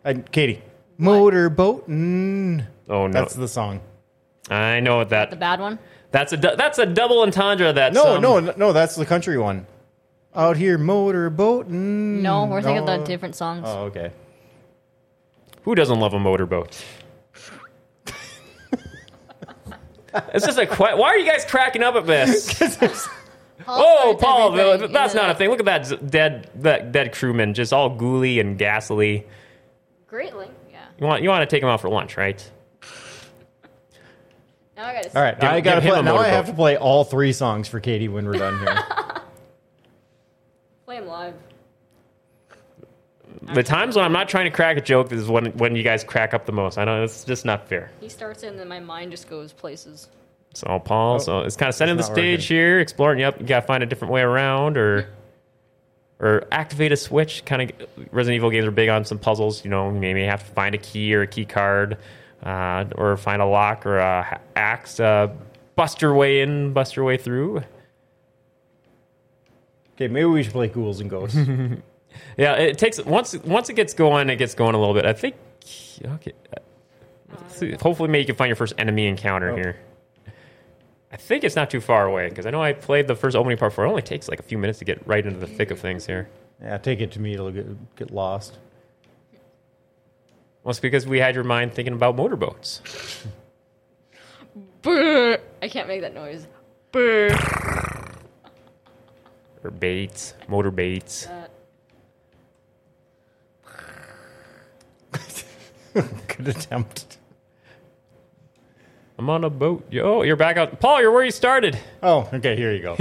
And Katie, motorboat. Mm, oh no, that's the song. I know what The that. bad one. That's a du- that's a double entendre. That No, some- no, no. That's the country one. Out here, motorboat. Mm, No, we're thinking no. about different songs. Oh, okay. Who doesn't love a motorboat? it's just a que- why are you guys cracking up at this? Oh, starts Paul, everything, th- and that's then not a I- thing. Look at that z- dead that dead crewman, just all ghouly and ghastly. Great Link. Yeah. You want you want to take him out for lunch, right? Now I gotta. All right. Give- I gotta give him play. a Now I motorboat. have to play all three songs for Katie when we're done here. Play him live. The times when I'm not trying to crack a joke is when when you guys crack up the most. I know it's just not fair. He starts in, and my mind just goes places. So Paul, so it's kind of setting the Oh, it's not working. stage here, exploring. Yep, you gotta find a different way around, or or activate a switch. Kind of Resident Evil games are big on some puzzles. You know, you may have to find a key or a key card, uh, or find a lock or a ha- axe. Uh, bust your way in, bust your way through. okay, maybe we should play ghouls and ghosts. Yeah, it takes once once it gets going, it gets going a little bit. I think okay. Let's see. Hopefully, maybe you can find your first enemy encounter Oh. here. I think it's not too far away because I know I played the first opening part for. It only takes like a few minutes to get right into the thick of things here. yeah, take it to me. It'll get, get lost. Well, it's because we had your mind thinking about motorboats. Brr. I can't make that noise. Brr. or baits, motor baits. That- Good attempt. I'm on a boat. Yo, oh, you're back out, Paul. You're where you started. Oh, okay. Here you go.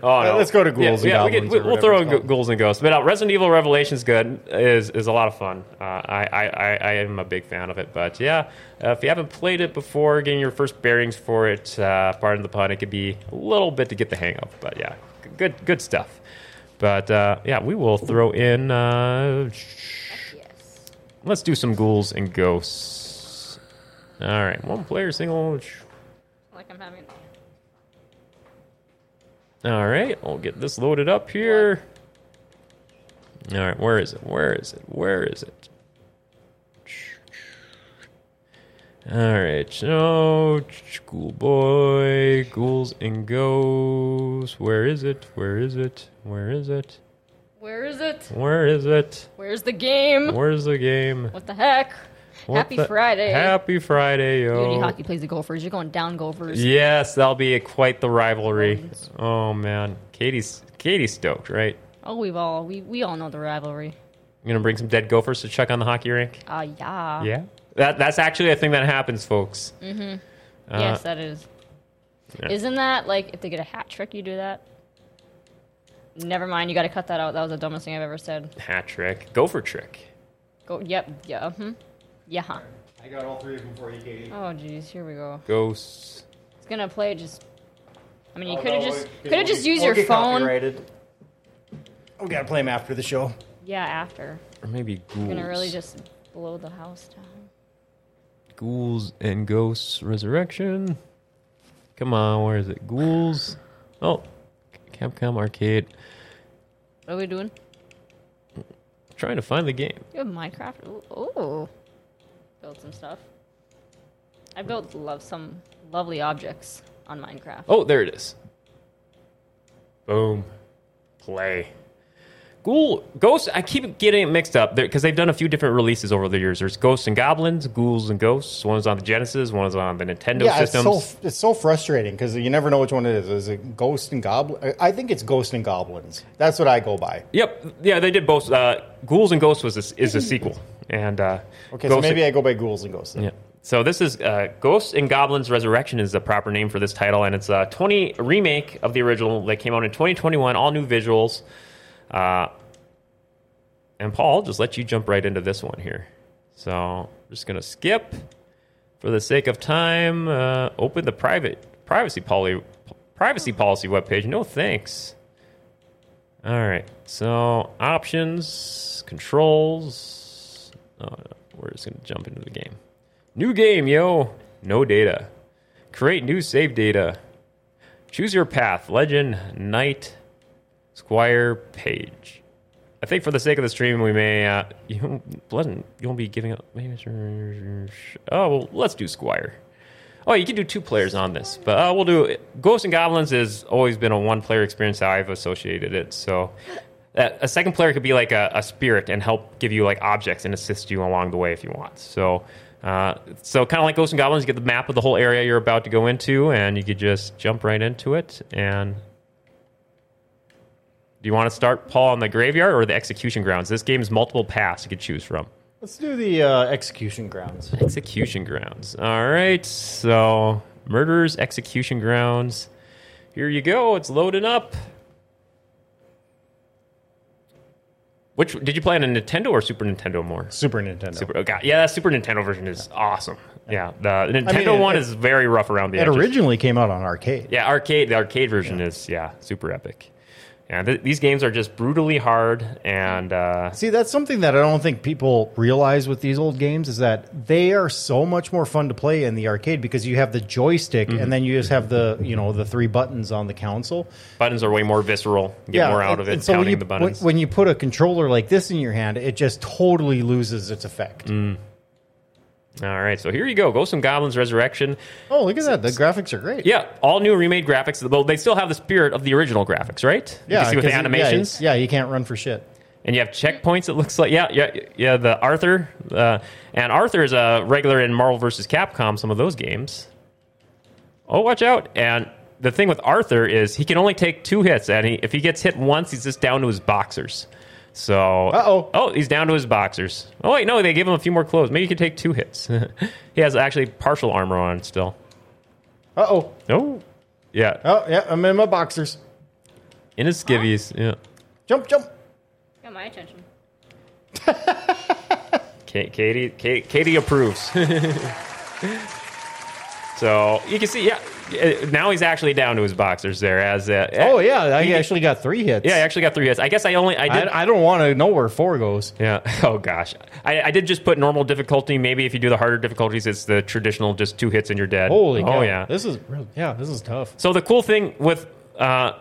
Oh, no. let's go to ghouls Yeah, and yeah, we goblins we, or will whatever throw it's in called. Gh- ghouls and ghosts. But uh, Resident Evil Revelations good is is a lot of fun. Uh, I, I I I am a big fan of it. But yeah, uh, if you haven't played it before, getting your first bearings for it, uh, pardon the pun, it could be a little bit to get the hang of. But yeah, g- good good stuff. But uh, yeah, we will throw in. Uh, yes. Let's do some ghouls and ghosts. All right, one player single. Like I'm having. All right, I'll get this loaded up here. All right, where is it? Where is it? Where is it? All right, so ghoul boy, ghouls and ghosts. Where is it? Where is it? Where is it? Where is it? Where is it? Where's the game? Where's the game? What the heck? What Happy the- Friday. Happy Friday, yo. Beauty hockey plays the Gophers. You're going down Gophers. Yes, that'll be a, quite the rivalry. Oh man, Katie's Katie's stoked, right? Oh, we've all we, we all know the rivalry. You gonna bring some dead gophers to check on the hockey rink? Ah, yeah. Yeah, that that's actually a thing that happens, folks. Mm-hmm. Uh, yes, that is. yeah. Isn't that like if they get a hat trick, you do that? Never mind. You got to cut that out. That was the dumbest thing I've ever said. hat trick, gopher trick. Go. Yep. Yeah. Hmm. Yeah. huh. I got all three of them for you, Katie. Oh, jeez. Here we go. Ghosts. It's gonna play. Just. I Oh, mean, you could have just could have just used your phone. We gotta play them after the show. Yeah. After. Or maybe ghouls. You're gonna really just blow the house down. ghouls and ghosts resurrection. Come on, where is it? Ghouls. Oh, Capcom Arcade. What are we doing? Trying to find the game. You have Minecraft. Ooh, Oh, build some stuff. I built love some lovely objects on Minecraft. Oh, there it is. Boom. Play. Ghoul, Ghost, I keep getting it mixed up because they've done a few different releases over the years. There's Ghosts and Goblins, Ghouls and Ghosts. One's on the Genesis, one's on the Nintendo Yeah, it's systems. so it's so frustrating because you never know which one it is. Is it Ghost and Goblin? I think it's Ghost and Goblins. That's what I go by. yep, yeah, they did both. Uh, Ghouls and Ghosts was a, is a sequel. And uh, Okay, so Ghosts- maybe I go by Ghouls and Ghosts. then. Yeah. So this is uh, Ghosts and Goblins Resurrection is the proper name for this title, and it's a 20 remake of the original that came out in 2021. All new visuals. Uh, and Paul, I'll just let you jump right into this one here. So I'm just gonna skip for the sake of time. Uh, open the private privacy policy privacy policy webpage. No thanks. All right. So options, controls. Oh, no, we're just gonna jump into the game. New game, yo. No data. Create new save data. Choose your path. Legend, knight, squire, page. I think for the sake of the stream, we may uh, you legend. You won't be giving up. Maybe. Oh well, let's do squire. Oh, you can do two players on this, but uh, we'll do Ghosts and Goblins has always been a one-player experience. How I've associated it, so that a second player could be like a, a spirit and help give you like objects and assist you along the way if you want. So, uh, so kind of like Ghosts and Goblins, you get the map of the whole area you're about to go into, and you could just jump right into it. And do you want to start Paul on the graveyard or the execution grounds? This game's multiple paths you could choose from. Let's do the uh, execution grounds. Execution grounds. All right, so murderers, execution grounds. Here you go. It's loading up. Which did you play on a Nintendo or Super Nintendo more? Super Nintendo. Super, oh God, yeah, that Super Nintendo version is awesome. Yeah, the the Nintendo it- one it- is very rough around the It edges. originally came out on arcade. Yeah, arcade. The arcade version is yeah, super epic. Yeah, th- these games are just brutally hard, and uh, See, that's something that I don't think people realize with these old games is that they are so much more fun to play in the arcade because you have the joystick Mm-hmm. and then you just have the you know the three buttons on the console. buttons are way more visceral. You get more out and- of it and so when counting you- the buttons. When, when you put a controller like this in your hand, it just totally loses its effect. Mm. All right, so here you go. Ghosts and Goblins Resurrection. Oh, look at that! The graphics are great. Yeah, all new remade graphics. Though they still have the spirit of the original graphics, right? You can see with 'cause the it- yeah, animations. Yeah, you can't run for shit. and you have checkpoints. It looks like yeah, yeah, yeah. The Arthur uh, and Arthur is a regular in Marvel vs. Capcom. Some of those games. Oh, watch out! And the thing with Arthur is he can only take two hits, and he, if he gets hit once, he's just down to his boxers. So Uh-oh. oh, he's down to his boxers. Oh wait, no, they gave him a few more clothes. Maybe he can take two hits. he has actually partial armor on still. Uh oh. Oh, yeah, Oh yeah, I'm in my boxers. in his skivvies. Yeah, Jump, jump. Got my attention. Ka- Katie, Katie, Katie approves. so you can see, yeah, uh, now he's actually down to his boxers there. As uh, Oh yeah, I he- actually got three hits. yeah, I actually got three hits. I guess I only I did. I, I don't want to know where four goes. yeah. Oh gosh, I, I did just put normal difficulty. Maybe if you do the harder difficulties, it's the traditional just two hits and you're dead. Holy oh cow. yeah. This is real. Yeah, this is tough. So the cool thing with uh,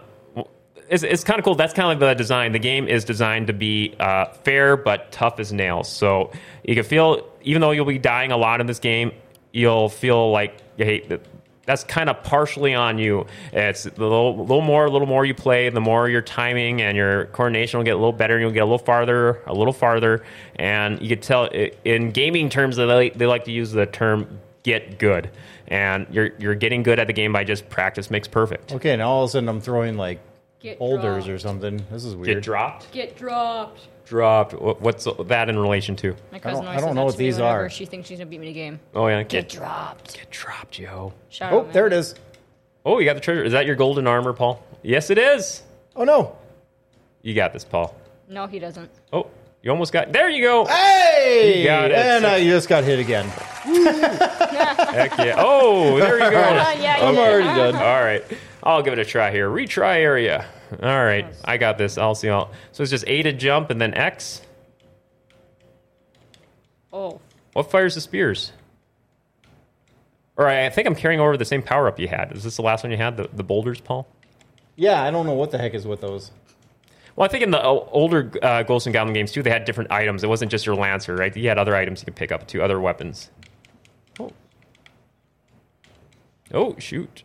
it's, it's kind of cool. That's kind of the design. The game is designed to be uh, fair but tough as nails. So you can feel, even though you'll be dying a lot in this game, you'll feel like hey, that- that's kind of partially on you. It's a little, little more, a little more you play, the more your timing and your coordination will get a little better. and You'll get a little farther, a little farther, and you could tell i- in gaming terms they like- they like to use the term get good, and you're you're getting good at the game by just practice makes perfect. Okay, now all of a sudden I'm throwing like Get boulders dropped. or something. This is Get weird. dropped. Get dropped. dropped. Wh- What's that in relation to? My cousin don't- always I don't says know that what to me these whenever are. She thinks she's gonna beat me in a game. Oh yeah, Get get, dropped. get dropped, yo. Shout Oh, out, there man. it is. Oh, you got the treasure. Is that your golden armor, Paul? Yes, it is. Oh no. You got this, Paul. No, he doesn't. Oh, you almost got. There you go. Hey! You got it. And I just got hit again. Heck yeah. Oh, there you go. Uh, yeah, I'm yeah. already done. All right, I'll give it a try here. Retry area. All right, I got this. I'll see. All. So it's just A to jump and then X. Oh, What fires the spears? Or I I think I'm carrying over the same power up you had. Is this the last one you had? The, the boulders, Paul? Yeah, I don't know what the heck is with those. Well, I think in the o- older uh, Ghosts and Goblin games too, they had different items. It wasn't just your lancer, right? You had other items you could pick up too, other weapons. Oh, oh, shoot!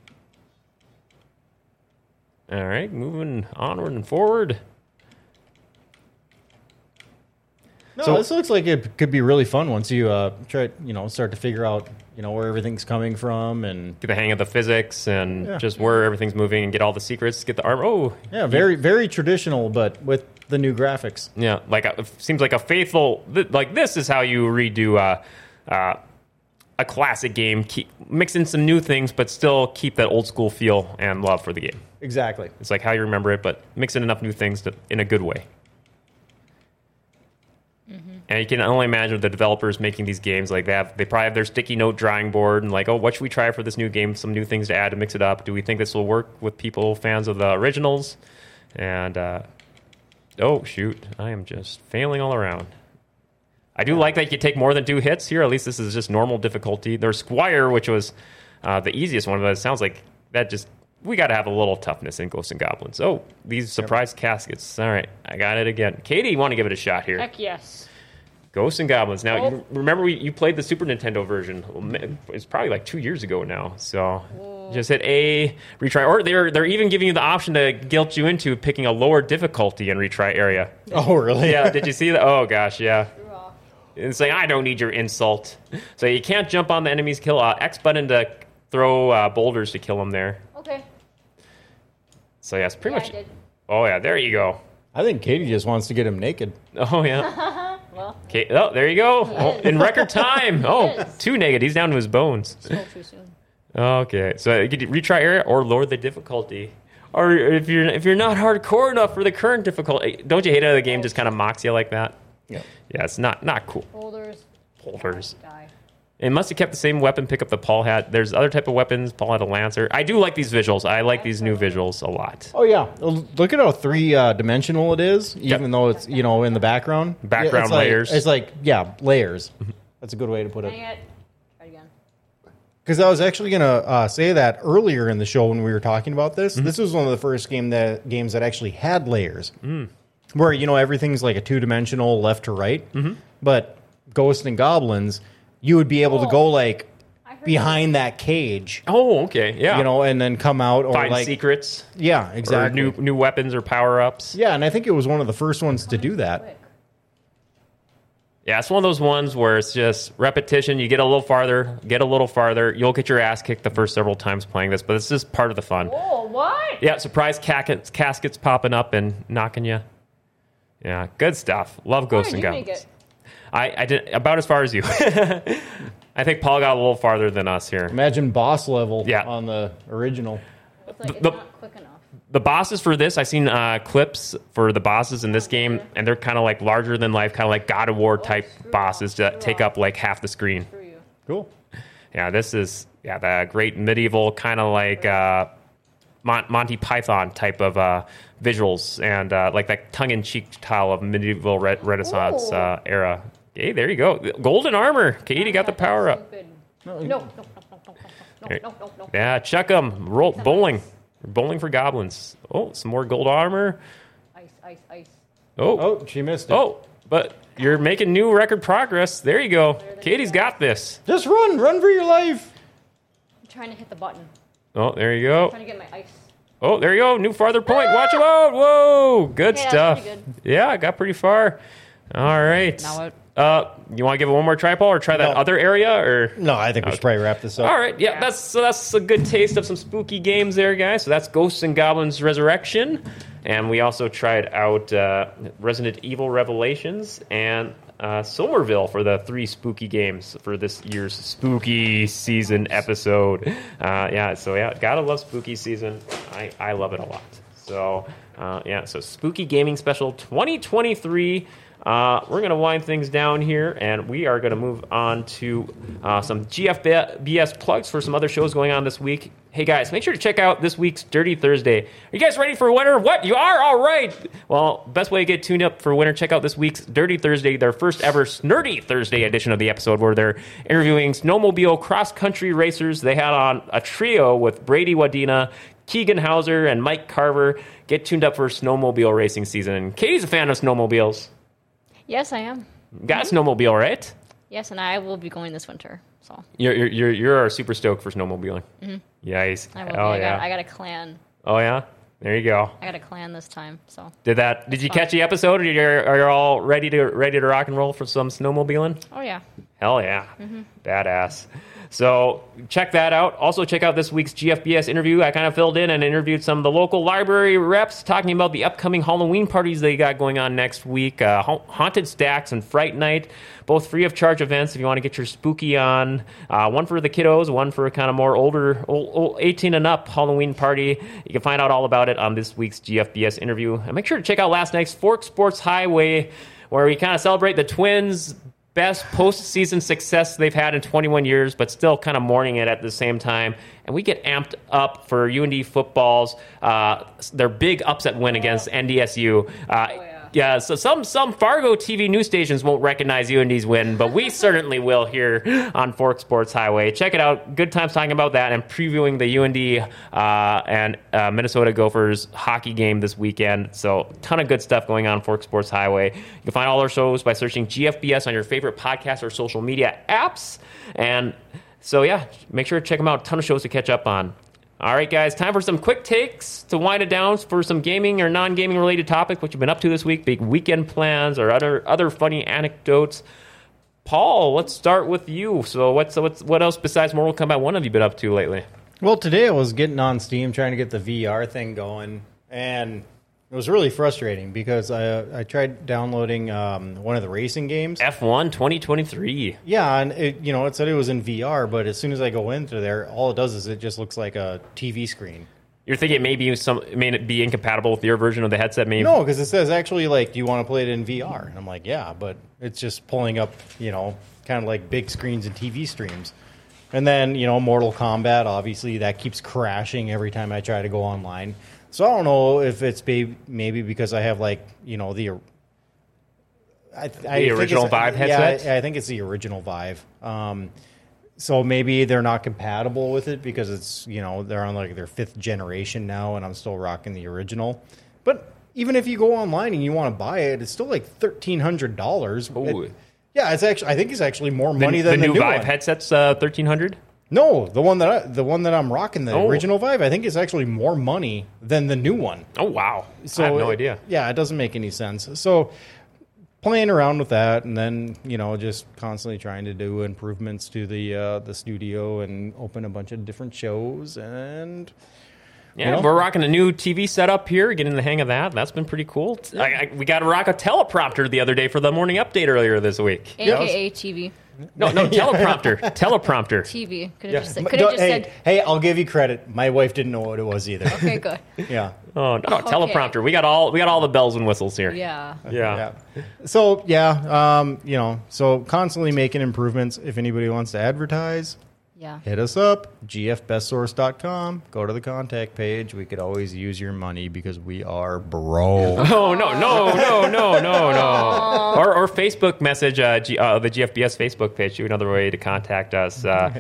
All right, moving onward and forward. No, So- this looks like it could be really fun once you uh, try, you know, start to figure out, you know, where everything's coming from, and Get the hang of the physics and Yeah. just where everything's moving, and get all the secrets. Get the armor. Oh, yeah, very, very traditional, but with the new graphics. Yeah, like a, it seems like a faithful. Th- like this is how you redo uh, uh, a classic game. Keep, mix in some new things, but still keep that old school feel and love for the game. Exactly. It's like how you remember it, but mix in enough new things to, in a good way. And you can only imagine the developers making these games like they have. They probably have their sticky note drawing board and like, oh, what should we try for this new game? Some new things to add to mix it up. Do we think this will work with people fans of the originals? And uh, oh shoot, I am just failing all around. I do like that you could take more than two hits here. At least this is just normal difficulty. There's Squire, which was uh, the easiest one, but it sounds like that just we got to have a little toughness in Ghosts and Goblins. Oh, these surprise caskets. All right, I got it again. Katie, you want to give it a shot here? Heck yes. Ghosts and Goblins. Now, Oh. you remember we, you played the Super Nintendo version. Well, man, It's probably like two years ago now. So just hit A, retry. Or they're, they're even giving you the option to guilt you into picking a lower difficulty in retry area. Oh, really? Yeah, did you see that? Oh, gosh, yeah. You're off. And saying, I don't need your insult. So you can't jump on the enemy's kill. Uh, X button to throw uh, boulders to kill them there. Okay. So, yeah, it's pretty Yeah, I much. did. Oh, yeah, there you go. I think Katie just wants to get him naked. Oh, yeah. Well, Okay. Oh, there you go. Oh, in record time. Oh, Yes. two naked. He's down to his bones. spoke too soon. Okay, so you could retry area or lower the difficulty, or if you're if you're not hardcore enough for the current difficulty, don't you hate how the game just kind of mocks you like that? Yeah. Yeah, it's not not cool. Boulders Boulders. die. It must have kept the same weapon. Pick up the Paul hat. There's other type of weapons. Paul had a lancer. I do like these visuals. I like these new visuals a lot. Oh yeah. L- Look at how three uh, dimensional it is, even though it's you know in the background. Background Yeah, it's like- layers. Mm-hmm. it's like yeah, layers. That's a good way to put Dang it. it. Try again. Because I was actually gonna uh, say that earlier in the show when we were talking about this. Mm-hmm. This was one of the first game that games that actually had layers, Mm. where you know everything's like a two dimensional left to right. Mm-hmm. But Ghost and Goblins, you would be able to Oh. go like I heard behind that cage, Oh, okay. Yeah. you know, and then come out or find like secrets yeah, or exactly. new new weapons or power ups. Yeah, and I think it was one of the first ones to do that. Quick. Yeah, it's one of those ones where it's just repetition. You get a little farther, get a little farther. You'll get your ass kicked the first several times playing this, but it's just part of the fun. Whoa, Oh, what? Yeah, surprise caskets, caskets popping up and knocking you. Yeah, good stuff. Love Why Ghosts did and you make Goblins. it? I, I did about as far as you. I think Paul got a little farther than us here. Imagine boss level Yeah. on the original. It's like it's the- not quick enough. the bosses for this, I've seen uh, clips for the bosses in this game, and they're kind of like larger than life, kind of like God of War type screw bosses off, that screw take off. up like half the screen. Screw you. Cool. Yeah, this is yeah the great medieval kind of like uh, Mon- Monty Python type of uh, visuals and uh, like that tongue in cheek style of medieval re- Renaissance Ooh. uh, era. Hey, there you go, golden armor. Katie got the power up. Stupid. No, No, no, no, no, no, no, Alright. no, no, no. Yeah, chuck them. Roll bowling, bowling for goblins. Oh, some more gold armor. Ice, ice, ice. Oh, Oh, she missed it. oh, but you're making new record progress. There you go. There they Katie's go. got this. Just run, run for your life. I'm trying to hit the button. Oh, there you go. trying to get my ice. Oh, there you go. New farther point. Watch him out. Whoa. Good Yeah, that's stuff. pretty Yeah, I got pretty far. All right. Now what? Uh, you want to give it one more try, Paul, or try that No. other area? Or No, I think we should probably wrap this up. all right, yeah, Yeah. that's so that's a good taste of some spooky games there, guys. So that's Ghosts and Goblins Resurrection, and we also tried out uh, Resident Evil Revelations and uh, Somerville for the three spooky games for this year's spooky season episode. Uh, yeah, so yeah, gotta love spooky season. I I love it a lot. So uh, yeah, so spooky gaming special 2023. Uh, we're going to wind things down here, and we are going to move on to uh, some GFBS plugs for some other shows going on this week. Hey guys, make sure to check out this week's Dirty Thursday. Are you guys ready for winter? What? You are? All right. Well, best way to get tuned up for winter, check out this week's Dirty Thursday, their first ever Snurdy Thursday edition of the episode where they're interviewing snowmobile cross country racers. They had on a trio with Brady Wadena, Keegan Hauser, and Mike Carver. Get tuned up for snowmobile racing season. Katie's a fan of snowmobiles. Yes, I am. Got a Mm-hmm. snowmobile, right? Yes, and I will be going this winter. So You're you're you're, you're super stoked for snowmobiling. Mm-hmm. Yes. I will. oh be. I, yeah. got, I got a clan. oh yeah. There you go. I got a clan this time. So Did that? Did you catch the episode? Or you're are you all ready to ready to rock and roll for some snowmobiling? oh yeah, Hell yeah. Badass. So check that out. Also, check out this week's GFBS interview. I kind of filled in and interviewed some of the local library reps talking about the upcoming Halloween parties they got going on next week uh, Haun- Haunted Stacks and Fright Night, both free of charge events if you want to get your spooky on. Uh, one for the kiddos, one for kind of more older, ol ol- 18 and up Halloween party. You can find out all about it on this week's GFBS interview. And make sure to check out last night's Fork Sports Highway, where we kind of celebrate the Twins' best postseason success they've had in 21 years, but still kind of mourning it at the same time. And we get amped up for UND football's uh, their big upset win against NDSU. Uh, yeah. so some some Fargo TV news stations won't recognize UND's win, but we certainly will here on Fork Sports Highway. Check it out. Good times talking about that and previewing the UND uh, and uh, Minnesota Gophers hockey game this weekend. So ton of good stuff going on Fork Sports Highway. You can find all our shows by searching GFBS on your favorite podcast or social media apps. And so, yeah, make sure to check them out. Ton of shows to catch up on. All right, guys, time for some quick takes to wind it down for some gaming or non gaming related topics, what you've been up to this week, big weekend plans, or other, other funny anecdotes. Paul, let's start with you. So, what's, what's what else besides Mortal Kombat 1 have you been up to lately? Well, today I was getting on Steam trying to get the VR thing going, and it was really frustrating because I I tried downloading um, one of the racing games. F1 2023. Yeah, and it, you know it said it was in VR, but as soon as I go into there, all it does is it just looks like a TV screen. You're thinking it may be some it may be incompatible with your version of the headset, maybe? No, because it says actually like, do you want to play it in VR? And I'm like, yeah, but it's just pulling up, you know, kind of like big screens and TV streams. And then you know, Mortal Kombat, obviously that keeps crashing every time I try to go online. So I don't know if it's be- maybe because I have like you know the. I, th- I think it's- original Vive headset? Yeah, I, I think it's the original Vive. Um, so maybe they're not compatible with it because it's you know they're on like their fifth generation now and i'm still rocking the original but even if you go online and you want to buy it it's still like $1300 Ooh. It- yeah it's actually i think it's actually more money the, than the new, Vive one. headsets uh, 1300. no the one that I, the one that i'm rocking the Oh. original vive i think is actually more money than the new one Oh wow! so I have no it- idea. Yeah, it doesn't make any sense. So playing around with that, and then you know, just constantly trying to do improvements to the uh, the studio and open a bunch of different shows. And Yeah, Well- we're rocking a new TV setup here, getting the hang of that. That's been pretty cool. I, I, we got to rock a teleprompter the other day for the morning update earlier this week. AKA TV. No, no teleprompter, teleprompter. TV. Could have just said, But could have don't- just hey, said, hey, I'll give you credit. My wife didn't know what it was either. okay, good. yeah. Oh no, teleprompter. We got all we got all the bells and whistles here. Yeah. yeah. yeah. So yeah, um, you know, so constantly making improvements. If anybody wants to advertise, Yeah. hit us up gfbestsource.com go to the contact page we could always use your money because we are bro Oh no, no, no, no, no, no. Or, or Facebook message uh, G, uh, the GFBS Facebook page. Too, another way to contact us. Uh,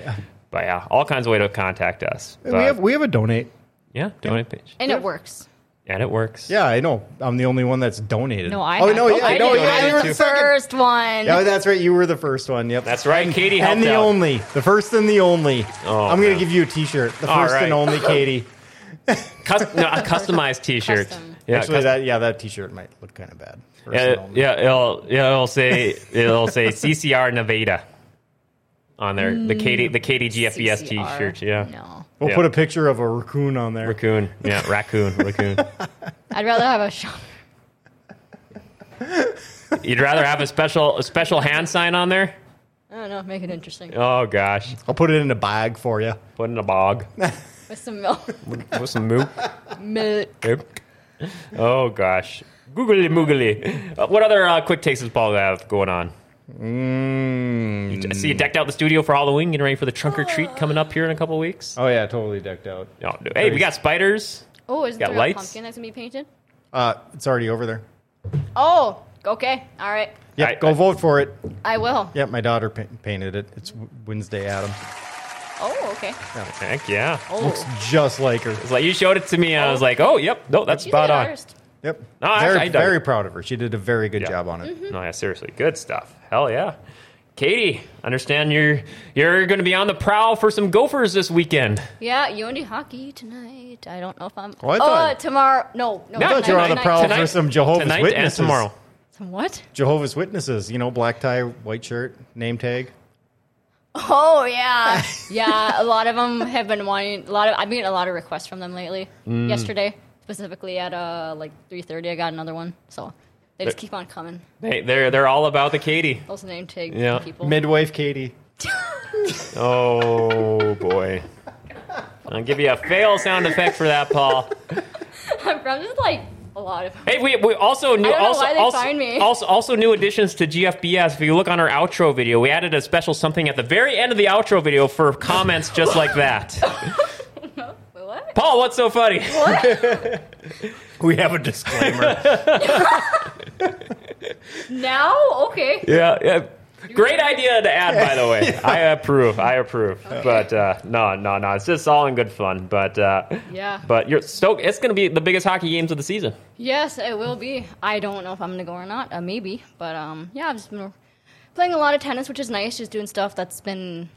but yeah, all kinds of way to contact us. we But, have we have a donate yeah, donate page, And it works. and it works. yeah i know i'm the only one that's donated No, I oh have- no yeah I no did. yeah I'm you were the the second first one. oh, that's right. You were the first one. Yep. That's right. Katie helped and the out. only, the first and the only. Oh, I'm going man. to give you a T-shirt. The All first right. and only, Katie. Cus- no, a customized T-shirt. Custom. Yeah, Actually, cus- that yeah, that T-shirt might look kind of bad. First and yeah, only. yeah, it'll yeah, it'll say it'll say CCR Nevada on there. Mm. The KD the KDGFBS CCR. T-shirt. Yeah, No. We'll yeah. put a picture of a raccoon on there. raccoon. Yeah, raccoon, raccoon. I'd rather have a shop. You'd rather have a special a special hand sign on there? I don't know. Make it interesting. Oh gosh, I'll put it in a bag for you. put in a bog With some milk. with some moop. milk. Oh gosh, googly moogly. Uh, what other uh, quick takes does Paul have going on? I see you Mm. decked out the studio for Halloween, getting ready for the trunk or treat coming up here in a couple weeks. Oh yeah, totally decked out. Oh, no. Hey, we got spiders. Oh, is Got there lights? a pumpkin that's going to be painted? Uh, it's already over there. Oh, okay. All right. Yeah, I- go vote for it. I will. Yeah, my daughter pa- painted it. It's W- Wednesday, Adam. Oh, okay. Heck yeah. Oh. Looks just like her. It's like you showed it to me, and I was like, "Oh, yep, no, that's She's spot an on." artist. Yep. No, actually, I very, dug very it. proud of her. She did a very good Yeah. job on Mm-hmm. it. No, yeah, seriously, good stuff. Hell yeah, Katie. Understand you're you're going to be on the prowl for some Gophers this weekend. Yeah, UND hockey tonight. I don't know if I'm. Oh, I thought- oh, tomorrow. No, no. I thought you were on the tonight, prowl tonight. for some Jehovah's tonight Witnesses. and tomorrow. Some What? Jehovah's Witnesses, you know, black tie, white shirt, name tag. Oh yeah, yeah. A lot of them have been wanting. A lot of I've been getting a lot of requests from them lately. Mm. Yesterday, specifically at uh like three thirty, I got another one. So they just keep on coming. They, they're they're all about the Katie. Those name tag Yeah. people. Midwife Katie. Oh boy. I'll give you a fail sound effect for that, Paul. I'm just like a lot of. Them. Hey, we, we also new I don't know also why they also, find me. also also new additions to GFBS. If you look on our outro video, we added a special something at the very end of the outro video for comments just like that. Wait, what? Paul, what's so funny? We have a disclaimer. Now? Okay. Yeah, yeah. Great idea to add, by the way. I approve. I approve. But uh, no, no, no. It's just all in good fun. But uh, Yeah. But you're stoked. It's going to be the biggest hockey games of the season. Yes, it will be. I don't know if I'm gonna go or not. Uh, maybe, but um, yeah, I've just been playing a lot of tennis, which is nice. Just doing stuff that's been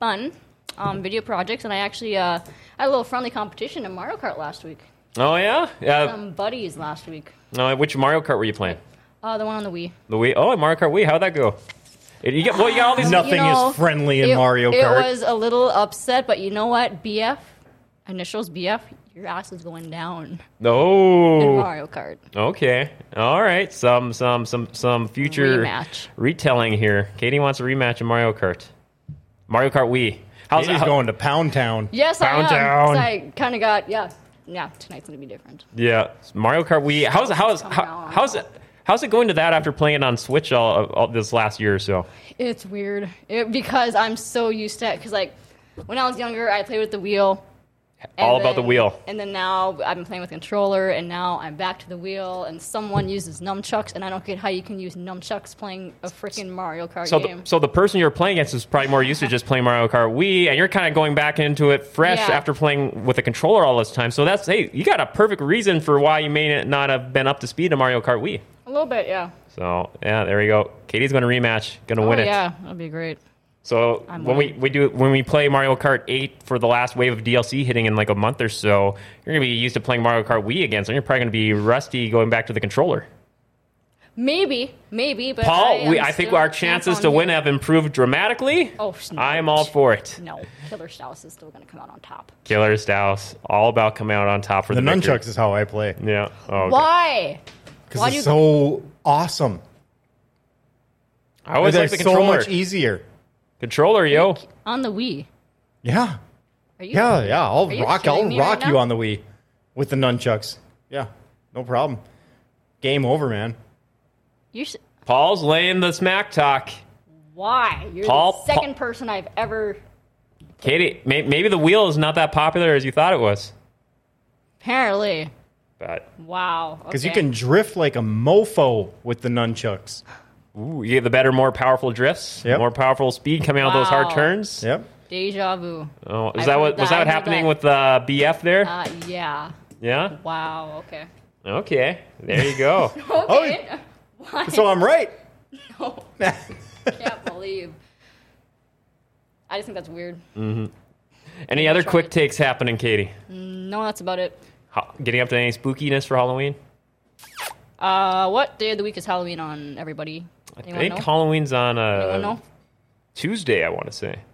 fun. Um, video projects, and I actually uh, I had a little friendly competition in Mario Kart last week. Oh yeah. Yeah. Some buddies last week. Uh, which Mario Kart were you playing? Uh, the one on the Wii. The Wii. Oh, Mario Kart Wii. How'd that go? You get, well, you got all these. Nothing know, is friendly in it, Mario It Kart. was a little upset, but you know what? BF, initials BF, your ass is going down in No. Mario Kart. Okay. All right. Some some some some future Rematch. retelling here. Katie wants a rematch in Mario Kart. Mario Kart Wii. How's Katie's how- going to Pound Town. Yes, I am. Downtown. 'cause I kind of got yeah, yeah. Tonight's gonna be different. Yeah, Mario Kart Wii. How's how's how, on. how's it how's it going to that after playing it on Switch all, all this last year or so? It's weird it, because I'm so used to it. Because like when I was younger, I played with the wheel. and All about the then- wheel. And then now I've been playing with controller, and now I'm back to the wheel. And someone uses nunchucks, and I don't get how you can use nunchucks playing a freaking Mario Kart So, game. the, so the person you're playing against is probably more used to just playing Mario Kart Wii, and you're kind of going back into it fresh Yeah. after playing with a controller all this time. So that's hey, you got a perfect reason for why you may not have been up to speed in Mario Kart Wii. a little bit, yeah. So yeah, there you go. Katie's going to rematch, going to win oh, it. Yeah, that'd be great. So I'm when we, winning. we do when we play Mario Kart 8 for the last wave of DLC hitting in like a month or so, you're gonna be used to playing Mario Kart Wii again, so you're probably gonna be rusty going back to the controller. Maybe, maybe, but I, Paul, am we, I think still our chances hands-on to win here. have improved dramatically. Oh, snap. I'm all for it. No, Killer Stouse is still going to come out on top. Killer Stouse, all about coming out on top for The the, victory. nunchucks is how I play Yeah. Oh, okay. Why? Why because do you- it's so awesome. I always They're like the so controller. much e- easier. controller, yo. On the Wii. Yeah, Are you yeah, yeah. I'll Are you rock. kidding I'll me rock right you now? on the Wii with the nunchucks. Yeah, no problem. Game over, man. You should, Paul's laying the smack talk. why? You're Paul- the second person I've ever. Katie, may, maybe the wheel is not that popular as you thought it was, Apparently. but Wow. Because you okay. can drift like a mofo with the nunchucks. Ooh, you get the better, more powerful drifts, Yep. more powerful speed coming out of those hard Wow. turns. Yep. Deja vu. Oh, is I've that heard what was that, what that, I've heard happening that. with uh, BF there? Uh, yeah. yeah. Wow. Okay. Okay. There you go. Okay. why? So I'm right. I can't believe. I just think that's weird. any other quick takes happening, Katie? No, that's about it. Ho- Getting up to any spookiness for Halloween? Uh, what day of the week is Halloween on? Everybody. I Anyone think know? Halloween's on Anyone uh, know? Tuesday. I want to say.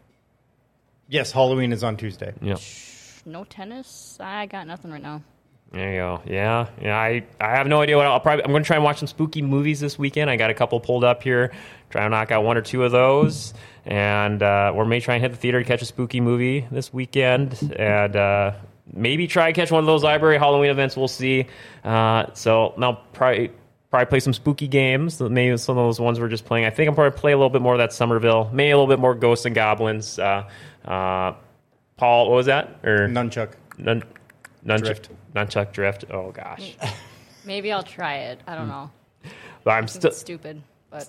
Yes, Halloween is on Tuesday. Yeah. No tennis. I got nothing right now. There you go. Yeah, yeah. I, I have no idea what I'll probably. I'm going to try and watch some spooky movies this weekend. I got a couple pulled up here. Try and knock out one or two of those, and uh, or may try and hit the theater to catch a spooky movie this weekend, and uh, maybe try and catch one of those library Halloween events. We'll see. Uh, so now probably probably play some spooky games. Maybe some of those ones we're just playing. I think I'm probably play a little bit more of that Somerville. Maybe a little bit more Ghosts and Goblins. Uh, uh, Paul, what was that? Or Nunchuck. Nun, nunchuck, Drift. nunchuck drift. Oh gosh, Maybe I'll try it. I don't know. but I'm It's Hmm. still stupid, but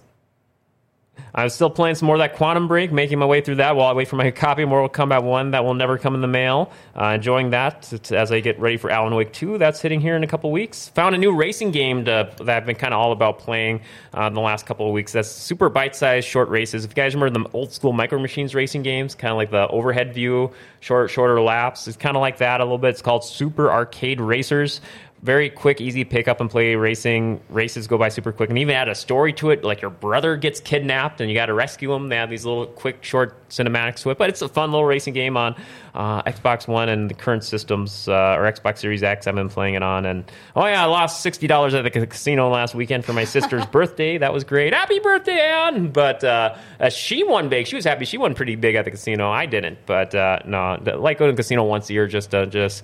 I'm still playing some more of that Quantum Break, making my way through that while I wait for my copy of Mortal Kombat One that will never come in the mail. Uh, enjoying that t- t- as I get ready for Alan Wake Two. That's hitting here in a couple weeks. Found a new racing game to, that I've been kind of all about playing uh, in the last couple of weeks. That's super bite-sized short races. If you guys remember the old school Micro Machines racing games, kind of like the overhead view, short shorter laps. It's kind of like that a little bit. It's called Super Arcade Racers. very quick, easy pick up and play racing. Races go by super quick, and even add a story to it. Like your brother gets kidnapped, and you got to rescue him. They have these little quick, short cinematics to it. But it's a fun little racing game on uh, Xbox One and the current systems uh, or Xbox Series X. I've been playing it on. And oh yeah, I lost sixty dollars at the ca- casino last weekend for my sister's birthday. That was great. Happy birthday, Anne! But uh, uh, she won big. She was happy. She won pretty big at the casino. I didn't. But uh, no, I like going to the casino once a year just to just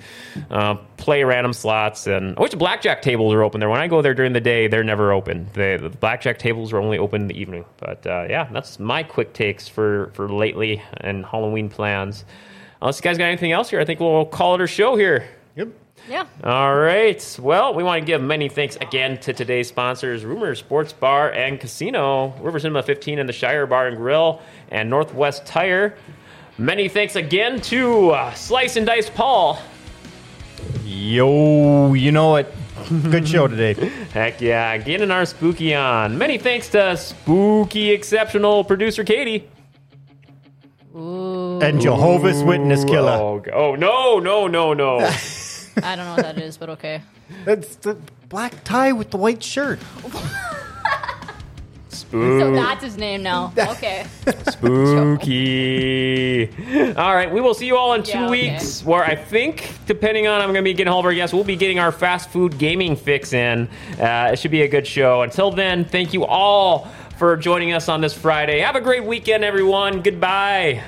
uh, play random slots. And I wish the blackjack tables are open there. When I go there during the day, they're never open. They, the blackjack tables are only open in the evening. But uh, yeah, that's my quick takes for for lately and Halloween plans. Unless you guys got anything else here, I think we'll call it a show here. Yep. Yeah. All right. Well, we want to give many thanks again to today's sponsors, Rumor Sports Bar and Casino, River Cinema 15 and the Shire Bar and Grill, and Northwest Tire. Many thanks again to uh, Slice and Dice Paul. Yo, you know it. Good show today. Heck yeah, getting our spooky on. Many thanks to spooky exceptional producer Katie. Ooh, And Jehovah's Witness killer. Oh, g- oh no, no, no, no. I don't know what that is, but okay. That's the black tie with the white shirt. So Spook, that's his name now. Okay. spooky. All right, we will see you all in two Yeah, okay. weeks, where I think, depending on I'm going to be getting Holberg, yes, we'll be getting our fast food gaming fix in. Uh, it should be a good show. Until then, thank you all for joining us on this Friday. Have a great weekend, everyone. Goodbye.